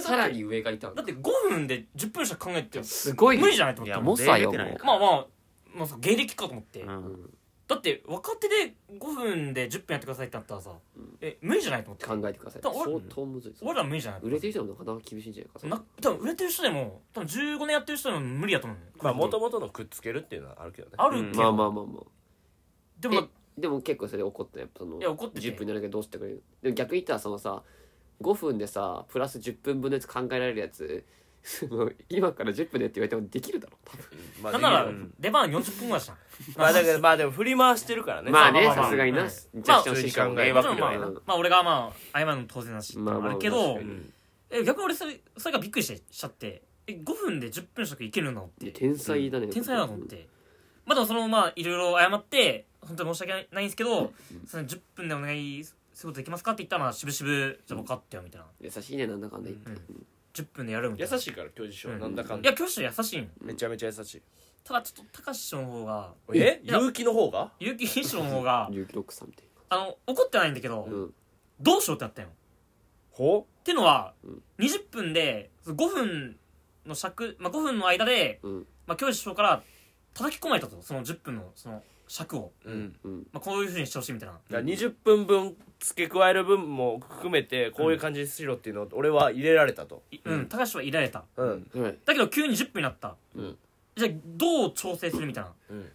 [SPEAKER 2] さらに上がいたん
[SPEAKER 3] だ
[SPEAKER 2] だ
[SPEAKER 3] って5分で10分尺考えてよ
[SPEAKER 2] すごいね
[SPEAKER 3] 無理じゃないと
[SPEAKER 4] い
[SPEAKER 3] 思っ
[SPEAKER 4] や
[SPEAKER 3] た
[SPEAKER 2] も
[SPEAKER 4] も
[SPEAKER 2] う
[SPEAKER 4] う
[SPEAKER 2] さよ
[SPEAKER 4] 出てないか
[SPEAKER 3] まあまあまあそう芸歴かと思って、
[SPEAKER 4] らう
[SPEAKER 2] うんん
[SPEAKER 3] だって若手で5分で10分やってくださいってなったらさ、
[SPEAKER 2] ん
[SPEAKER 3] え無理じゃないと思って
[SPEAKER 2] 考えてください
[SPEAKER 3] だから俺
[SPEAKER 2] 相当むずいです
[SPEAKER 3] 俺ら無理じゃない
[SPEAKER 2] 売れてる人もなかなか厳しいんじゃないかそれ
[SPEAKER 3] な多分売れてる人でも多分15年やってる人でも無理やと思うのよ
[SPEAKER 1] いまあもともとのくっつけるっていうのはあるけどね
[SPEAKER 3] あるけど、
[SPEAKER 2] まあまあまあまあ
[SPEAKER 3] でも
[SPEAKER 2] でも結構それ怒ったやっぱその
[SPEAKER 3] いや怒ってて
[SPEAKER 2] 10分になるけどどうしてくれるでも逆に言ったらそのさ5分でさプラス10分分のやつ考えられるやつ (laughs) その今から10分でって言われてもできるだろ多分
[SPEAKER 1] まあ
[SPEAKER 3] なんなら
[SPEAKER 4] うん
[SPEAKER 3] 出番40分ぐらいした
[SPEAKER 1] まあだけどまあでも振り回してるからね
[SPEAKER 2] まあね
[SPEAKER 3] まあまあまあ
[SPEAKER 2] さすがに
[SPEAKER 3] う
[SPEAKER 2] なんじゃあ
[SPEAKER 1] 普通に考えれ
[SPEAKER 3] も
[SPEAKER 1] ば
[SPEAKER 3] ちろんまあ、
[SPEAKER 2] うん
[SPEAKER 3] まあ俺がまあ謝るの当然だしってのもあるけ
[SPEAKER 2] まあまあ
[SPEAKER 3] ど、
[SPEAKER 2] 確か
[SPEAKER 1] うん
[SPEAKER 3] え逆に俺それそれがびっくりしてしちゃってえ5分で10分尺いけるのっ
[SPEAKER 2] いや
[SPEAKER 3] て
[SPEAKER 2] 天才だね
[SPEAKER 3] 天才だなと思って、まあでもそのまあいろいろ謝って本当に申し訳ないんですけど、その10分でお願いすることできますかって言ったらまあ渋々じゃあ分かったよみたいな
[SPEAKER 2] 優しいねなんだかんだ言って
[SPEAKER 3] 10分でやるみた
[SPEAKER 1] 優
[SPEAKER 3] いな
[SPEAKER 1] しいから教授賞
[SPEAKER 3] うん
[SPEAKER 1] なんだかん
[SPEAKER 3] い
[SPEAKER 1] だ
[SPEAKER 3] や教師優しいんよ
[SPEAKER 1] めちゃめちゃ優しい
[SPEAKER 3] ただちょっと高師匠の方が
[SPEAKER 1] え
[SPEAKER 3] いや
[SPEAKER 1] 結城の方が
[SPEAKER 3] 結城師匠の方が
[SPEAKER 2] 龍六さんみたい
[SPEAKER 3] あの怒ってないんだけど、
[SPEAKER 2] なうん
[SPEAKER 3] どうしようってなったよ
[SPEAKER 1] ほ
[SPEAKER 3] ってのは、
[SPEAKER 2] うん
[SPEAKER 3] 20分でその5分の尺、まあ、5分の間で、
[SPEAKER 2] うん
[SPEAKER 3] まあ、教師匠から叩き込まれたとその10分のその尺を、
[SPEAKER 1] うん
[SPEAKER 2] うん
[SPEAKER 3] まあ、こういうふうにしてほしいみたいな
[SPEAKER 1] だから20分分付け加える分も含めてこういう感じにしろっていうのを俺は入れられたと
[SPEAKER 3] いうん高橋はいられた
[SPEAKER 1] うん
[SPEAKER 2] はい
[SPEAKER 3] だけど急に10分になった、
[SPEAKER 2] うん
[SPEAKER 3] じゃあどう調整するみたいな、
[SPEAKER 1] うん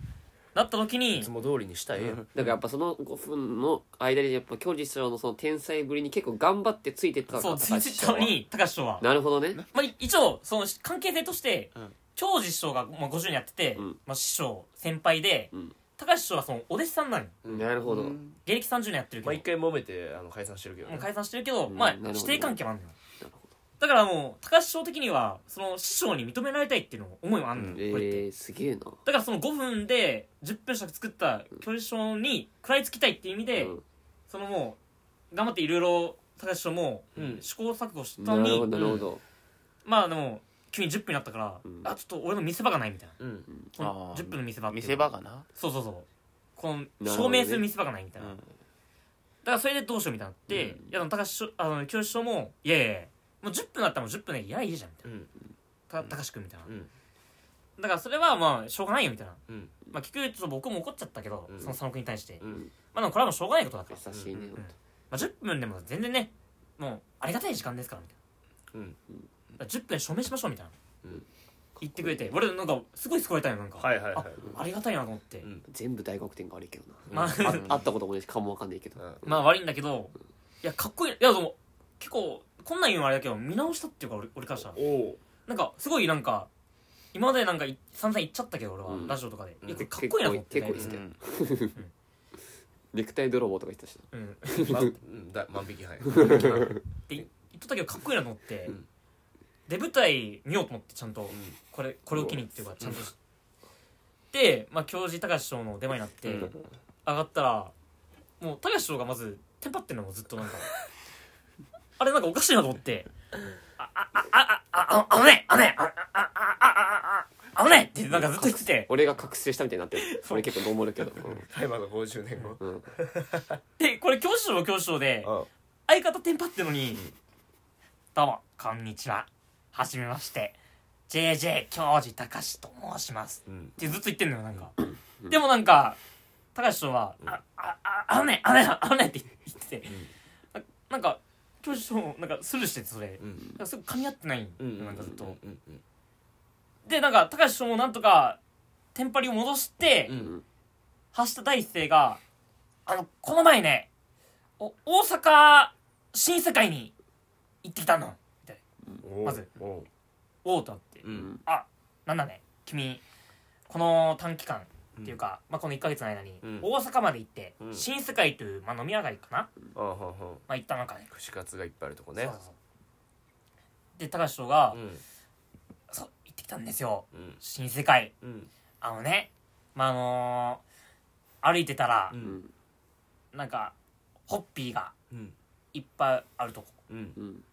[SPEAKER 3] なった時に
[SPEAKER 1] いつも通りにしたらええやん
[SPEAKER 2] だからやっぱその5分の間にやっぱ京次師匠のその天才ぶりに結構頑張ってついてったの
[SPEAKER 3] そう
[SPEAKER 2] か
[SPEAKER 3] 全
[SPEAKER 2] 師
[SPEAKER 3] 然
[SPEAKER 2] 匠は
[SPEAKER 3] に高橋師匠は、
[SPEAKER 2] なるほどね
[SPEAKER 3] まあ、い一応その関係性として、
[SPEAKER 4] うん
[SPEAKER 3] 長司師匠が、まあ、50にやってて、
[SPEAKER 2] うん
[SPEAKER 3] まあ、師匠先輩で、
[SPEAKER 2] うん
[SPEAKER 3] 高橋師匠はそのお弟子さんなのよ
[SPEAKER 2] なるほど
[SPEAKER 4] うん
[SPEAKER 3] 芸歴30年やってるけ
[SPEAKER 1] ま
[SPEAKER 3] ど、
[SPEAKER 1] あ一回揉めてあの解散してるけど
[SPEAKER 3] も
[SPEAKER 1] ね
[SPEAKER 3] う解散してるけど、
[SPEAKER 2] うん
[SPEAKER 3] まあ
[SPEAKER 2] なるほど
[SPEAKER 3] 指定関係もあるのよ
[SPEAKER 2] なるほ
[SPEAKER 3] だからもう高橋師匠的にはその師匠に認められたいっていうのも思いもあるのよ、
[SPEAKER 1] うん
[SPEAKER 3] これって
[SPEAKER 2] えー、すげえな
[SPEAKER 3] だからその5分で10分尺作った教授賞に食らいつきたいっていう意味で、
[SPEAKER 2] うん
[SPEAKER 3] そのもう頑張っていろいろ高橋師匠も
[SPEAKER 1] うん
[SPEAKER 3] 試行錯誤した
[SPEAKER 2] な
[SPEAKER 3] の
[SPEAKER 2] る
[SPEAKER 3] に、
[SPEAKER 2] ほどなるほど、
[SPEAKER 3] まあでも急に10分になったから、
[SPEAKER 2] うん
[SPEAKER 3] あちょっと俺の見せ場がないみたいな
[SPEAKER 1] うん
[SPEAKER 3] この
[SPEAKER 4] あー
[SPEAKER 3] 10分の見せ場ってい
[SPEAKER 4] 見
[SPEAKER 3] う
[SPEAKER 4] せ場かな
[SPEAKER 3] そうそうそうこの
[SPEAKER 2] どね
[SPEAKER 3] 証明する見せ場がないみた
[SPEAKER 4] う
[SPEAKER 3] いな、だ
[SPEAKER 4] ん
[SPEAKER 3] からそれでどうしようみたいになって、いやでも高橋師匠あの教授賞もいやいやいやもう10分だったらもう10分でいやいいじゃんみたい
[SPEAKER 1] うん
[SPEAKER 3] なた高橋君みたいな、
[SPEAKER 1] うん
[SPEAKER 3] だからそれはまあしょうがないよみたいな、
[SPEAKER 1] うん
[SPEAKER 3] まあ聞くちょっと僕も怒っちゃったけど、
[SPEAKER 1] うん
[SPEAKER 3] その佐野君に対して、
[SPEAKER 1] うん
[SPEAKER 3] まあでもこれはもうしょうがないことだから、
[SPEAKER 2] 優しいね、
[SPEAKER 3] うんまあ、10分でも全然ねもうありがたい時間ですからみたいな、
[SPEAKER 1] うん
[SPEAKER 3] だから10分署名しましょうみたいな、
[SPEAKER 1] うん
[SPEAKER 3] 言ってくれて俺なんかすごい救われたよなんか、
[SPEAKER 1] はいはいはい
[SPEAKER 3] ありがたいなと思って、
[SPEAKER 1] うん
[SPEAKER 2] 全部大黒点が悪いけど
[SPEAKER 3] ま
[SPEAKER 2] な
[SPEAKER 3] あ、
[SPEAKER 2] あ会ったこともないし顔もわかんないけど
[SPEAKER 1] うん
[SPEAKER 3] まあ悪いんだけどいやかっこいいいやでも結構こんなん言うのあれだけど見直したっていうか俺俺からしたら
[SPEAKER 1] お
[SPEAKER 3] (laughs)
[SPEAKER 1] お
[SPEAKER 3] なんかすごいなんか今までなんかい散々言っちゃったけど俺は、
[SPEAKER 2] うん
[SPEAKER 3] ラジオとかで
[SPEAKER 1] うん
[SPEAKER 3] いやこれかっこいいなと思って
[SPEAKER 2] 結構いい結構いいっすね
[SPEAKER 4] うん
[SPEAKER 2] ネクタイ泥棒とか言ってたし
[SPEAKER 3] うんうんって
[SPEAKER 1] まうんだ万引き
[SPEAKER 3] (laughs)
[SPEAKER 1] はい
[SPEAKER 3] 言っとったけどかっこいいなと思って、
[SPEAKER 1] うん
[SPEAKER 3] で舞台見ようと思ってちゃんと、これこれを機にっていうかちゃんとしで、まあ、教授高橋師匠の出前になって
[SPEAKER 1] うん
[SPEAKER 3] 上がったらもう高橋師匠がまずテンパってんのもずっとなんかあれなんかおかしいなと思って「あああああああのねあのねあああああああのね」ってなんかずっと言ってて
[SPEAKER 2] 俺が覚醒したみたいになってる俺結構どう思るけど、
[SPEAKER 1] タイマーが50年 (laughs) 後
[SPEAKER 2] うんうん、
[SPEAKER 3] でこれ教師匠は教師匠で相方テンパってんのに「どうもこんにちははじめまして JJ 教授高橋と申します」
[SPEAKER 1] うん
[SPEAKER 3] ってずっと言ってんのよなんかでもなんか高橋師匠は「ああああのねあのねあのね」って言ってて、ななんか教授師匠もなんかスルーしててそれなん
[SPEAKER 1] うん
[SPEAKER 3] かすごい噛み合ってない
[SPEAKER 1] うんうん
[SPEAKER 3] のなんかずっと、
[SPEAKER 1] うんうん
[SPEAKER 3] でなんか高橋師匠もなんとかテンパりを戻して、
[SPEAKER 1] うん
[SPEAKER 3] 橋田大輔が「あのこの前ねお大阪新世界に行ってきたの」みたいな
[SPEAKER 1] おう
[SPEAKER 3] まず
[SPEAKER 1] おう
[SPEAKER 3] 「おお」とあって
[SPEAKER 1] う
[SPEAKER 2] うん
[SPEAKER 1] ん
[SPEAKER 3] あなんだね君この短期間っていうか、まあ、この1か月の間に
[SPEAKER 1] うん
[SPEAKER 3] 大阪まで行って、
[SPEAKER 1] うん
[SPEAKER 3] 新世界という、まあ、飲み屋街かな、
[SPEAKER 1] あはんはん
[SPEAKER 3] まあ、行った中で、
[SPEAKER 1] 串カツがいっぱいあるとこ
[SPEAKER 3] そう
[SPEAKER 1] ね
[SPEAKER 3] そうそうで高橋師匠が、
[SPEAKER 1] うん
[SPEAKER 3] そう行ってきたんですよ
[SPEAKER 1] うん
[SPEAKER 3] 新世界
[SPEAKER 1] うん
[SPEAKER 3] あのねまああのー歩いてたら
[SPEAKER 1] う、ん
[SPEAKER 3] なんかホッピーが
[SPEAKER 1] うん
[SPEAKER 3] いっぱいあるとこ
[SPEAKER 1] うん
[SPEAKER 2] うん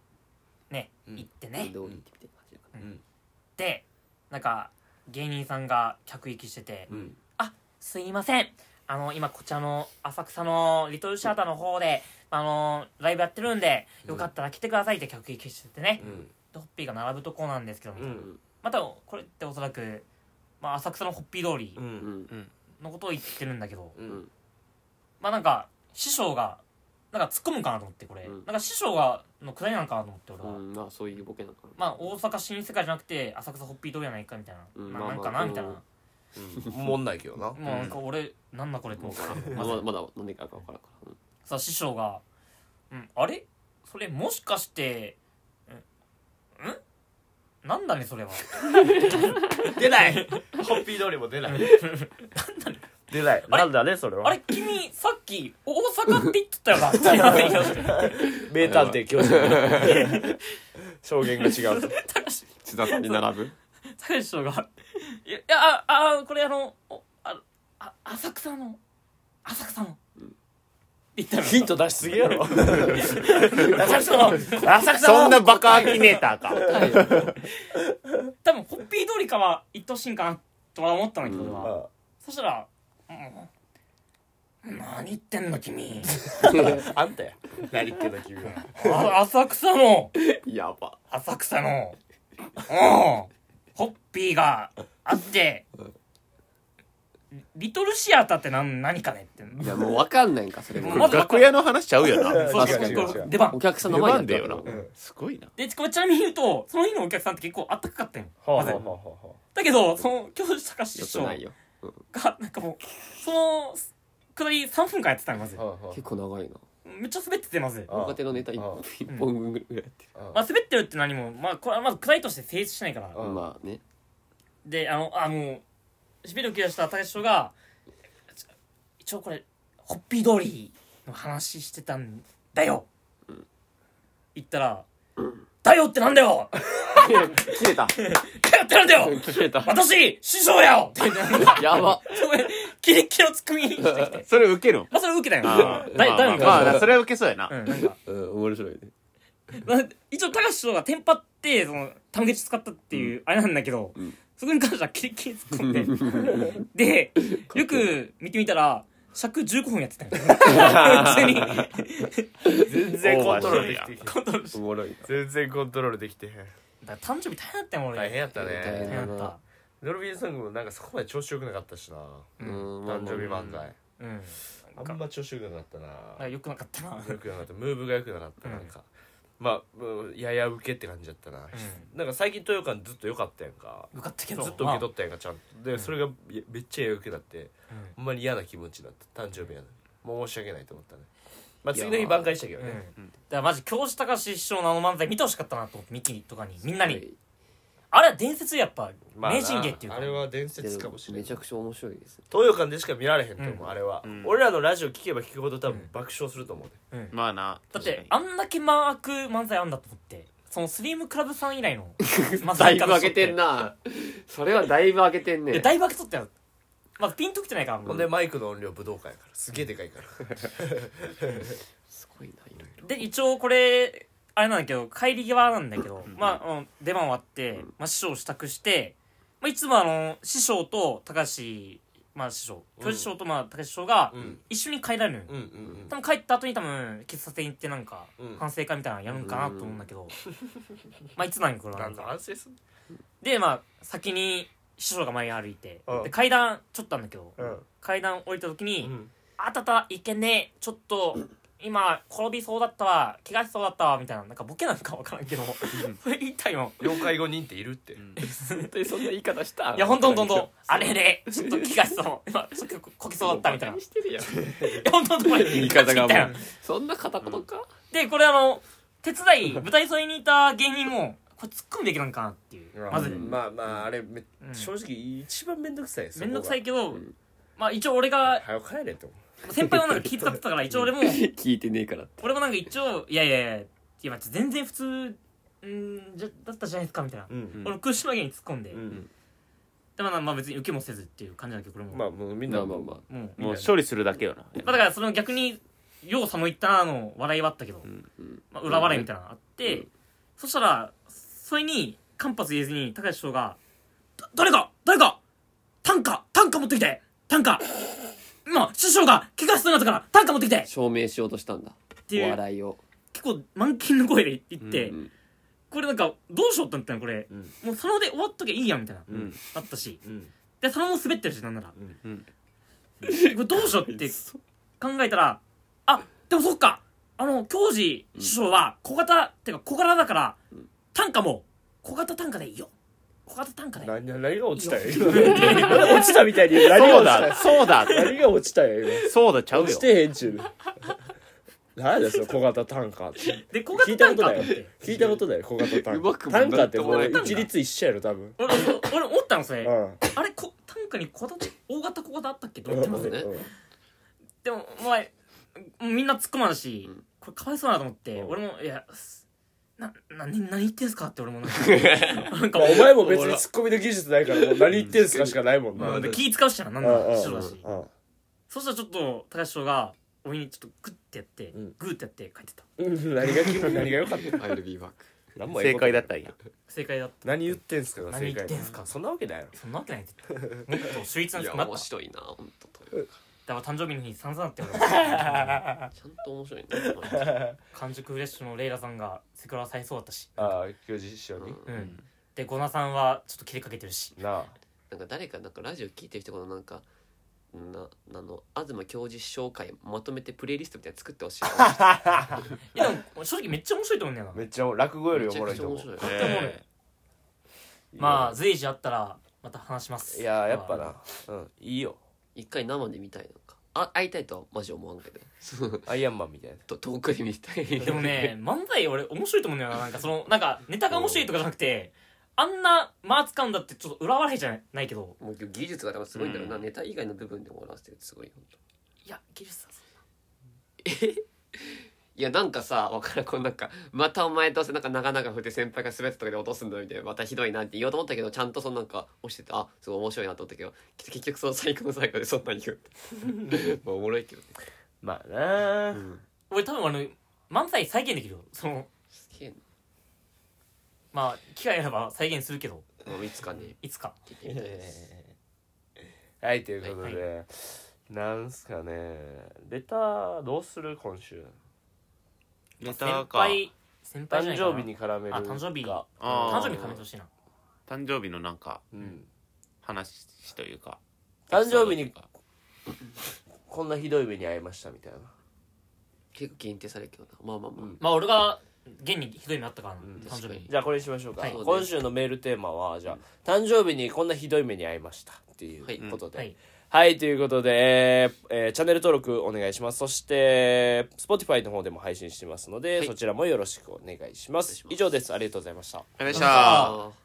[SPEAKER 3] ね、
[SPEAKER 1] うん
[SPEAKER 3] 行って
[SPEAKER 2] ね
[SPEAKER 3] ね
[SPEAKER 2] どう言ってみたいな感じだか
[SPEAKER 3] でなんか芸人さんが客行きしてて、
[SPEAKER 1] うん
[SPEAKER 3] すいません。あの、今、こちらの浅草のリトルシアターの方で、あの、ライブやってるんで、よかったら来てくださいって客引きしててね。
[SPEAKER 1] うん
[SPEAKER 3] で、ホッピーが並ぶとこなんですけど、
[SPEAKER 1] うん
[SPEAKER 3] また、これっておそらく、まあ、浅草のホッピー通り
[SPEAKER 1] う
[SPEAKER 2] らうんん
[SPEAKER 3] のことを言ってるんだけど、
[SPEAKER 1] う
[SPEAKER 2] うんん
[SPEAKER 3] まあなんか、師匠が、なんか突っ込むかなと思って、これ。
[SPEAKER 2] うん
[SPEAKER 3] なんか師匠が、のくだりなんかなと思って、俺は。
[SPEAKER 2] うんまあそういうボケなのかな
[SPEAKER 3] まあ、大阪新世界じゃなくて、浅草ホッピー通りやないか、みたいな。
[SPEAKER 2] うん
[SPEAKER 3] な
[SPEAKER 2] ま
[SPEAKER 3] な
[SPEAKER 2] あまあ
[SPEAKER 3] んかな、みたいな。
[SPEAKER 2] う
[SPEAKER 3] も
[SPEAKER 2] ん
[SPEAKER 1] うんもんないけど
[SPEAKER 3] (laughs)
[SPEAKER 1] な
[SPEAKER 3] うなんか俺、なんだこれって思ってた。
[SPEAKER 2] まだまだ何でか分からんから、うん
[SPEAKER 3] さ師匠が「うんあれそれもしかしてうんんなんだねそれは
[SPEAKER 1] 出 (laughs) ないホッピー通りも出
[SPEAKER 3] (laughs)
[SPEAKER 1] ない出ない
[SPEAKER 3] あれ
[SPEAKER 1] なんだねそれは
[SPEAKER 3] あれ君さっき大阪って言ってたよな」って言われ
[SPEAKER 2] (laughs)
[SPEAKER 3] て
[SPEAKER 1] 名探偵教授 (laughs) 証言が違うと
[SPEAKER 3] 高橋
[SPEAKER 2] 津田さんに並ぶ
[SPEAKER 3] 高橋師匠が「いやいやああこれあのおああ浅草の浅草の」って言ったの
[SPEAKER 1] ヒント出しすぎやろ
[SPEAKER 3] 浅草の
[SPEAKER 1] 浅草そんなバカアキネーターか
[SPEAKER 3] (laughs) 多分ホッピー通りかは行ってほしいんかなとは思ったんだけど俺
[SPEAKER 1] (laughs)
[SPEAKER 3] は、
[SPEAKER 1] あ
[SPEAKER 3] そしたら「うん何言ってんの君」
[SPEAKER 1] あんたや何言ってんだ君は
[SPEAKER 3] あ浅草の
[SPEAKER 2] (laughs) やば
[SPEAKER 3] 浅草のうんホッピーがあってリトルシアターって何何かねって
[SPEAKER 2] いやもう分かんないんかそれも
[SPEAKER 3] うま
[SPEAKER 4] (laughs)
[SPEAKER 3] ず
[SPEAKER 4] 楽屋の話ちゃうよ (laughs) な
[SPEAKER 3] そう
[SPEAKER 2] 確かに
[SPEAKER 3] そう
[SPEAKER 2] 確かに
[SPEAKER 3] 出番
[SPEAKER 2] お客さん
[SPEAKER 4] 出
[SPEAKER 2] の前
[SPEAKER 4] 番
[SPEAKER 2] に
[SPEAKER 4] だ
[SPEAKER 2] やった
[SPEAKER 4] よな、
[SPEAKER 2] わけだ
[SPEAKER 1] うん
[SPEAKER 4] すごいな
[SPEAKER 3] でこれち (laughs) なみに言うとその日のお客さんって結構あったかかったんよ、
[SPEAKER 1] はあ
[SPEAKER 3] まず
[SPEAKER 1] はあはあはあ
[SPEAKER 3] だけどその教授高師
[SPEAKER 2] よ
[SPEAKER 3] 匠
[SPEAKER 2] くないよ
[SPEAKER 3] がなんかもうそのくだり3分間やってたんよまず
[SPEAKER 1] はあは
[SPEAKER 2] 結構長いな
[SPEAKER 3] めっちゃ滑っててまず
[SPEAKER 1] ああ
[SPEAKER 2] 若手のネタ一
[SPEAKER 1] ああ
[SPEAKER 2] 一本分ぐらいやって
[SPEAKER 1] あ
[SPEAKER 3] まあ、滑ってるって何も、まあ、これはまずくだりとして成立しないから
[SPEAKER 1] あ
[SPEAKER 2] る
[SPEAKER 1] あ
[SPEAKER 2] まあね
[SPEAKER 3] であのあのしびれを切らした高師匠がちょ一応これホッピー通りの話してたんだよ、言ったら、だよってなんだよ
[SPEAKER 2] 切れた
[SPEAKER 3] だよってなんだよ
[SPEAKER 2] 切れた
[SPEAKER 3] 私師匠やよって言ってなんか
[SPEAKER 2] やば
[SPEAKER 3] すごいキレッキレを突っ込みにしてきて
[SPEAKER 4] それ受けるん
[SPEAKER 1] (laughs)
[SPEAKER 3] まあそれ受けたよ
[SPEAKER 4] あー
[SPEAKER 3] だ
[SPEAKER 4] まあ
[SPEAKER 3] だよ
[SPEAKER 4] まあ
[SPEAKER 3] み
[SPEAKER 4] まあ
[SPEAKER 3] たい
[SPEAKER 4] それは受けそうやな、
[SPEAKER 3] なうんなんか
[SPEAKER 2] うん面白いね
[SPEAKER 3] まあ一応高師匠がテンパってそのタムゲチ使ったっていう、あれなんだけど、そこに関してはキリキリ突っ込ん (laughs) ででよく見てみたら尺15分やってたよ (laughs) 普通に
[SPEAKER 1] 全然コントロールできてへん
[SPEAKER 3] コントロールし
[SPEAKER 2] おもろいな
[SPEAKER 1] 全然コントロールできてへん
[SPEAKER 3] だから誕生日大変だったよ俺
[SPEAKER 1] 大変やった
[SPEAKER 2] 大
[SPEAKER 3] 大
[SPEAKER 1] ね
[SPEAKER 2] 変
[SPEAKER 3] 変だっ
[SPEAKER 1] ドルビーソングもなんかそこまで調子よくなかったしな
[SPEAKER 3] う
[SPEAKER 2] うんんまあ
[SPEAKER 1] 誕
[SPEAKER 2] ま
[SPEAKER 1] 生日
[SPEAKER 2] あ
[SPEAKER 1] 漫才
[SPEAKER 3] たうんなん
[SPEAKER 1] あん
[SPEAKER 3] か
[SPEAKER 1] ま調子よくなかった
[SPEAKER 3] あ
[SPEAKER 1] な
[SPEAKER 3] よくなかったな
[SPEAKER 1] よくなかったムーブがよくなかった
[SPEAKER 3] うん
[SPEAKER 1] なんかまあもうやや受けって感じだったななんか最近豊館ずっと良かったやんか
[SPEAKER 3] よかったけ
[SPEAKER 1] ずっ
[SPEAKER 3] ど
[SPEAKER 1] と受け取ったやんかちゃんとでそれがいやめっちゃやや受けだって
[SPEAKER 3] まあうん
[SPEAKER 1] ほんまに嫌な気持ちになった誕生日やのにもう申し訳ないと思ったねまあ次の日挽回したけど
[SPEAKER 3] うんだ
[SPEAKER 1] ね
[SPEAKER 3] からマジ教師高師匠のあの漫才見てほしかったなと思ってミキとかにみんなにあれは伝説やっぱ
[SPEAKER 1] まあな
[SPEAKER 3] 名人芸っていうか
[SPEAKER 1] あれは伝
[SPEAKER 2] で
[SPEAKER 1] 説かもしれ
[SPEAKER 2] め
[SPEAKER 1] ない
[SPEAKER 2] ちゃくちゃ面白いですね
[SPEAKER 1] 東洋館でしか見られへんと思う、
[SPEAKER 3] うん
[SPEAKER 1] あれは、
[SPEAKER 4] うん
[SPEAKER 1] 俺らのラジオ聞けば聞くほど多
[SPEAKER 3] う
[SPEAKER 1] 分
[SPEAKER 3] ん
[SPEAKER 1] 爆笑すると思うね、
[SPEAKER 3] うん
[SPEAKER 4] まあな
[SPEAKER 3] だって
[SPEAKER 4] 確か
[SPEAKER 3] あんだけ間空く漫才あんだと思ってそのスリムクラブさん以来の漫
[SPEAKER 2] だ
[SPEAKER 3] 才
[SPEAKER 2] いぶ
[SPEAKER 3] 家
[SPEAKER 2] 上げてんなそれはだいぶ上げてん
[SPEAKER 3] いや
[SPEAKER 2] ね
[SPEAKER 3] だいぶ開けとったよまずピンときてないから
[SPEAKER 1] ほ
[SPEAKER 3] も
[SPEAKER 1] ん
[SPEAKER 3] う
[SPEAKER 1] でマイクの音量武道館やからすげえでかいから
[SPEAKER 2] すごいないろいろ
[SPEAKER 3] で一応これあれなんだけど帰り際なんだけどまああの出番終わって、まあ、師匠を支度して、まあ、いつもあの師匠と高橋まあ師匠教師匠とまあ高橋師匠が
[SPEAKER 1] うん
[SPEAKER 3] 一緒に帰られるのよ、
[SPEAKER 1] うんうん
[SPEAKER 3] 多分帰った後に多分喫茶店行ってなんか
[SPEAKER 1] うん
[SPEAKER 3] 反省会みたいなのやるんかなと思うんだけど、 (laughs) まあいつなんかこれ
[SPEAKER 1] うんな
[SPEAKER 3] は
[SPEAKER 1] んか安静すん
[SPEAKER 3] でまあ先に師匠が前に歩いて、
[SPEAKER 1] うん
[SPEAKER 3] で階段ちょっとあんだけど、
[SPEAKER 1] うん
[SPEAKER 3] 階段降りた時に
[SPEAKER 1] う
[SPEAKER 3] 「
[SPEAKER 1] ん
[SPEAKER 3] あたたいけねえちょっと今転びそうだったわ怪我しそうだったわ」みたいななんかボケなんかわからんけどそれ言いたいの
[SPEAKER 1] 要介護人っているって、
[SPEAKER 2] 本当にそんな言い方した
[SPEAKER 3] いやほんとほんとほんとあれれちょっと怪我しそう今ちょっとこきそうだったみたいな
[SPEAKER 2] バカにしてるやん
[SPEAKER 3] いやほんとほんとこれ
[SPEAKER 2] 言い方が
[SPEAKER 3] みたい
[SPEAKER 2] も
[SPEAKER 3] な
[SPEAKER 2] うそんな片言か
[SPEAKER 3] でこれあの手伝い舞台沿いにいた芸人もこれ突っ込むべきなんかなっていうまず
[SPEAKER 1] うんまあまああれめ、
[SPEAKER 3] ん
[SPEAKER 1] 正直一番めんどくさい
[SPEAKER 3] 面倒くさ
[SPEAKER 1] い
[SPEAKER 3] いけど、まあ一応俺が
[SPEAKER 1] 早く帰れって思
[SPEAKER 3] 先輩はなんか気遣ってたから一応俺も
[SPEAKER 2] 聞いてねえからって
[SPEAKER 3] 俺もなんか一応「いやいやいやいや全然普通んじゃだったじゃないですか」みたいな、
[SPEAKER 1] ううん
[SPEAKER 4] ん
[SPEAKER 3] 俺苦し紛れに突っ込んで、
[SPEAKER 1] う
[SPEAKER 3] で
[SPEAKER 1] ん、
[SPEAKER 3] まあまあ別に受けもせずっていう感じだけどこれも、
[SPEAKER 1] ま
[SPEAKER 3] まあ、
[SPEAKER 1] あもうみんな
[SPEAKER 2] まあまあまあ
[SPEAKER 3] もう、
[SPEAKER 4] にもう処理するだけよな
[SPEAKER 3] (laughs) まあ、だからその逆に「よう寒いったな」の笑いはあったけど、
[SPEAKER 4] ん
[SPEAKER 3] まあ、裏笑いみたいなのあって、そしたらそれに間髪入れずに高橋師匠が「だ誰か誰か短歌短歌持ってきて短歌今師匠が怪我しそうになったから短歌持ってきて!」
[SPEAKER 2] 証明しようとしたんだ
[SPEAKER 3] ていう
[SPEAKER 2] お笑いを
[SPEAKER 3] 結構満勤の声で言って、
[SPEAKER 2] うん
[SPEAKER 3] これなんかどうしようってなったのこれ、
[SPEAKER 1] うん
[SPEAKER 3] もうその場で終わっときゃいいやんみたいな、
[SPEAKER 4] うんうん
[SPEAKER 3] あったし
[SPEAKER 1] うん
[SPEAKER 3] でそのまま滑ってるしなんならこ
[SPEAKER 4] うん
[SPEAKER 3] れどうしようって考えたらあでもそっかあの教授師匠は小型っていうか小柄だから単価も小型単価でいいよ小型単価で
[SPEAKER 1] 何何が落ちたよ今落ちたみたいに何が落ちた
[SPEAKER 4] そうだそうだ
[SPEAKER 1] 何が落ちたよ今
[SPEAKER 4] そうだちゃう
[SPEAKER 1] 落
[SPEAKER 4] よ
[SPEAKER 1] ちてへんちゅう何だその小型単価って
[SPEAKER 3] で小
[SPEAKER 1] 聞
[SPEAKER 3] 型
[SPEAKER 1] いたこ
[SPEAKER 3] 単
[SPEAKER 1] と
[SPEAKER 3] 価
[SPEAKER 1] な
[SPEAKER 3] っ
[SPEAKER 1] い
[SPEAKER 3] て
[SPEAKER 1] 聞いたことだよ小型単
[SPEAKER 2] うま
[SPEAKER 1] 価
[SPEAKER 2] くもなん
[SPEAKER 1] 単
[SPEAKER 2] とも
[SPEAKER 1] 価ってもう
[SPEAKER 2] ない
[SPEAKER 1] 一律一緒やろ多分
[SPEAKER 3] 俺俺思ったのそれ、
[SPEAKER 1] うん
[SPEAKER 3] あれこ単価に小型大型小型あったっけどうってます
[SPEAKER 2] ね
[SPEAKER 1] うん
[SPEAKER 3] でもお前みんな突っ込まんし、これかわいそうだなと思って、
[SPEAKER 1] うん
[SPEAKER 3] 俺もいやすな何何言ってんすかって俺もなん
[SPEAKER 1] (laughs)
[SPEAKER 3] かなんか
[SPEAKER 1] お前も別にツッコミの技術ないからもう何言ってんすかしかないもんな
[SPEAKER 3] う
[SPEAKER 1] うんんう
[SPEAKER 3] で
[SPEAKER 1] ん
[SPEAKER 3] 気使うしななんな
[SPEAKER 1] う
[SPEAKER 3] ら
[SPEAKER 1] ん
[SPEAKER 3] 師匠だしそしたらちょっと高橋師匠が俺にちょっとグッてやって、
[SPEAKER 1] うん
[SPEAKER 3] グーってやって帰ってた
[SPEAKER 1] うん何が気分何が良かった
[SPEAKER 2] アイルビーバック
[SPEAKER 1] 何もええ
[SPEAKER 4] 正
[SPEAKER 1] こと
[SPEAKER 4] 解だったんや
[SPEAKER 3] 正解だった
[SPEAKER 1] 何言ってんすかが正解
[SPEAKER 3] 何言ってんすか
[SPEAKER 1] そんなわけないやろ
[SPEAKER 3] そんなわけないっても
[SPEAKER 1] (laughs)
[SPEAKER 3] っと秀逸ない人
[SPEAKER 2] や
[SPEAKER 3] になった
[SPEAKER 2] 面
[SPEAKER 3] だ
[SPEAKER 2] 白いな本当
[SPEAKER 3] から誕生日の日に散々だって俺
[SPEAKER 2] ちゃんと面白いな
[SPEAKER 3] 完熟フレッシュのレイラさんがセクハラされそうだったし
[SPEAKER 1] ああ教授師匠に
[SPEAKER 3] うん、でゴナさんはちょっと切れかけてるし
[SPEAKER 1] なあ
[SPEAKER 2] なんか誰かなんかラジオ聞いてる人このなんかなあの東教授紹介まとめてプレイリストみたいなの作ってほしい
[SPEAKER 3] いやでも正直めっちゃ面白いと思うんだよな
[SPEAKER 1] めっちゃ落語よりおもろいと
[SPEAKER 2] め
[SPEAKER 1] 思
[SPEAKER 2] ちゃくちゃ面
[SPEAKER 1] う
[SPEAKER 2] 白い
[SPEAKER 3] と思うよまあ随時あったらまた話します
[SPEAKER 1] いややっぱなうんいいよ
[SPEAKER 2] 一回生で見たいなんかあ会いたいとはマジ思わんけどそう
[SPEAKER 1] アイアンマンみたいな
[SPEAKER 2] と遠くで見たい
[SPEAKER 3] でもね漫才俺面白いと思うんだよななんかそのなんかネタが面白いとかじゃなくてあんな間使うんだってちょっと裏笑いじゃないけど
[SPEAKER 2] もう技術が多分すごいんだろうな、
[SPEAKER 4] うん
[SPEAKER 2] ネタ以外の部分でも終わらせてるってすごいよ本当
[SPEAKER 3] いや技術さん
[SPEAKER 2] いやなんかさわからんこうなんかまたお前どうせなんか長々振って先輩が滑ったとかで落とすんだみたいなまたひどいなって言おうと思ったけどちゃんとそのなんか押しててあすごい面白いなと思ったけどき結局その最後の最後でそんなに言うってまあおもろ (laughs) いけどね、
[SPEAKER 1] まあなあ
[SPEAKER 3] 俺多分あの漫才再現できるよその
[SPEAKER 2] すげえな
[SPEAKER 3] まあ機会あれば再現するけど
[SPEAKER 2] まあいつかね
[SPEAKER 3] いつか
[SPEAKER 2] 聞いてみたいです
[SPEAKER 1] はいということで、
[SPEAKER 3] は
[SPEAKER 1] なんすかねレターどうする今週
[SPEAKER 4] ネ
[SPEAKER 3] 先
[SPEAKER 4] タか
[SPEAKER 3] 輩先輩じゃ
[SPEAKER 1] 誕
[SPEAKER 3] ないかな
[SPEAKER 1] 生日に絡めるか
[SPEAKER 3] あ誕生日
[SPEAKER 4] あー
[SPEAKER 3] 誕生日考えてほしいな
[SPEAKER 4] 誕生日のなんか
[SPEAKER 1] うん、
[SPEAKER 4] 話というか
[SPEAKER 1] 誕生日に
[SPEAKER 4] エピソードというか
[SPEAKER 1] こんなひどい目に遭いましたみたいな
[SPEAKER 2] 結構限定されるけどなまあまあまあ、
[SPEAKER 1] うん
[SPEAKER 3] まあ俺が現にひどい目あったからな、
[SPEAKER 1] うん
[SPEAKER 3] 誕生日に
[SPEAKER 1] じゃあこれにしましょうか、
[SPEAKER 3] はい
[SPEAKER 1] 今週のメールテーマはじゃあ誕生日にこんなひどい目に遭いましたっていうことで
[SPEAKER 3] は、
[SPEAKER 1] はいい、ということで、えーえーチャンネル登録お願いしますそして Spotify の方でも配信してますので、
[SPEAKER 2] はい
[SPEAKER 1] そちらもよろしくお願いしま
[SPEAKER 2] お願い
[SPEAKER 1] す
[SPEAKER 2] します
[SPEAKER 1] 以上ですありがとうございました
[SPEAKER 4] ありがとうございまし
[SPEAKER 3] あ
[SPEAKER 4] た
[SPEAKER 2] あー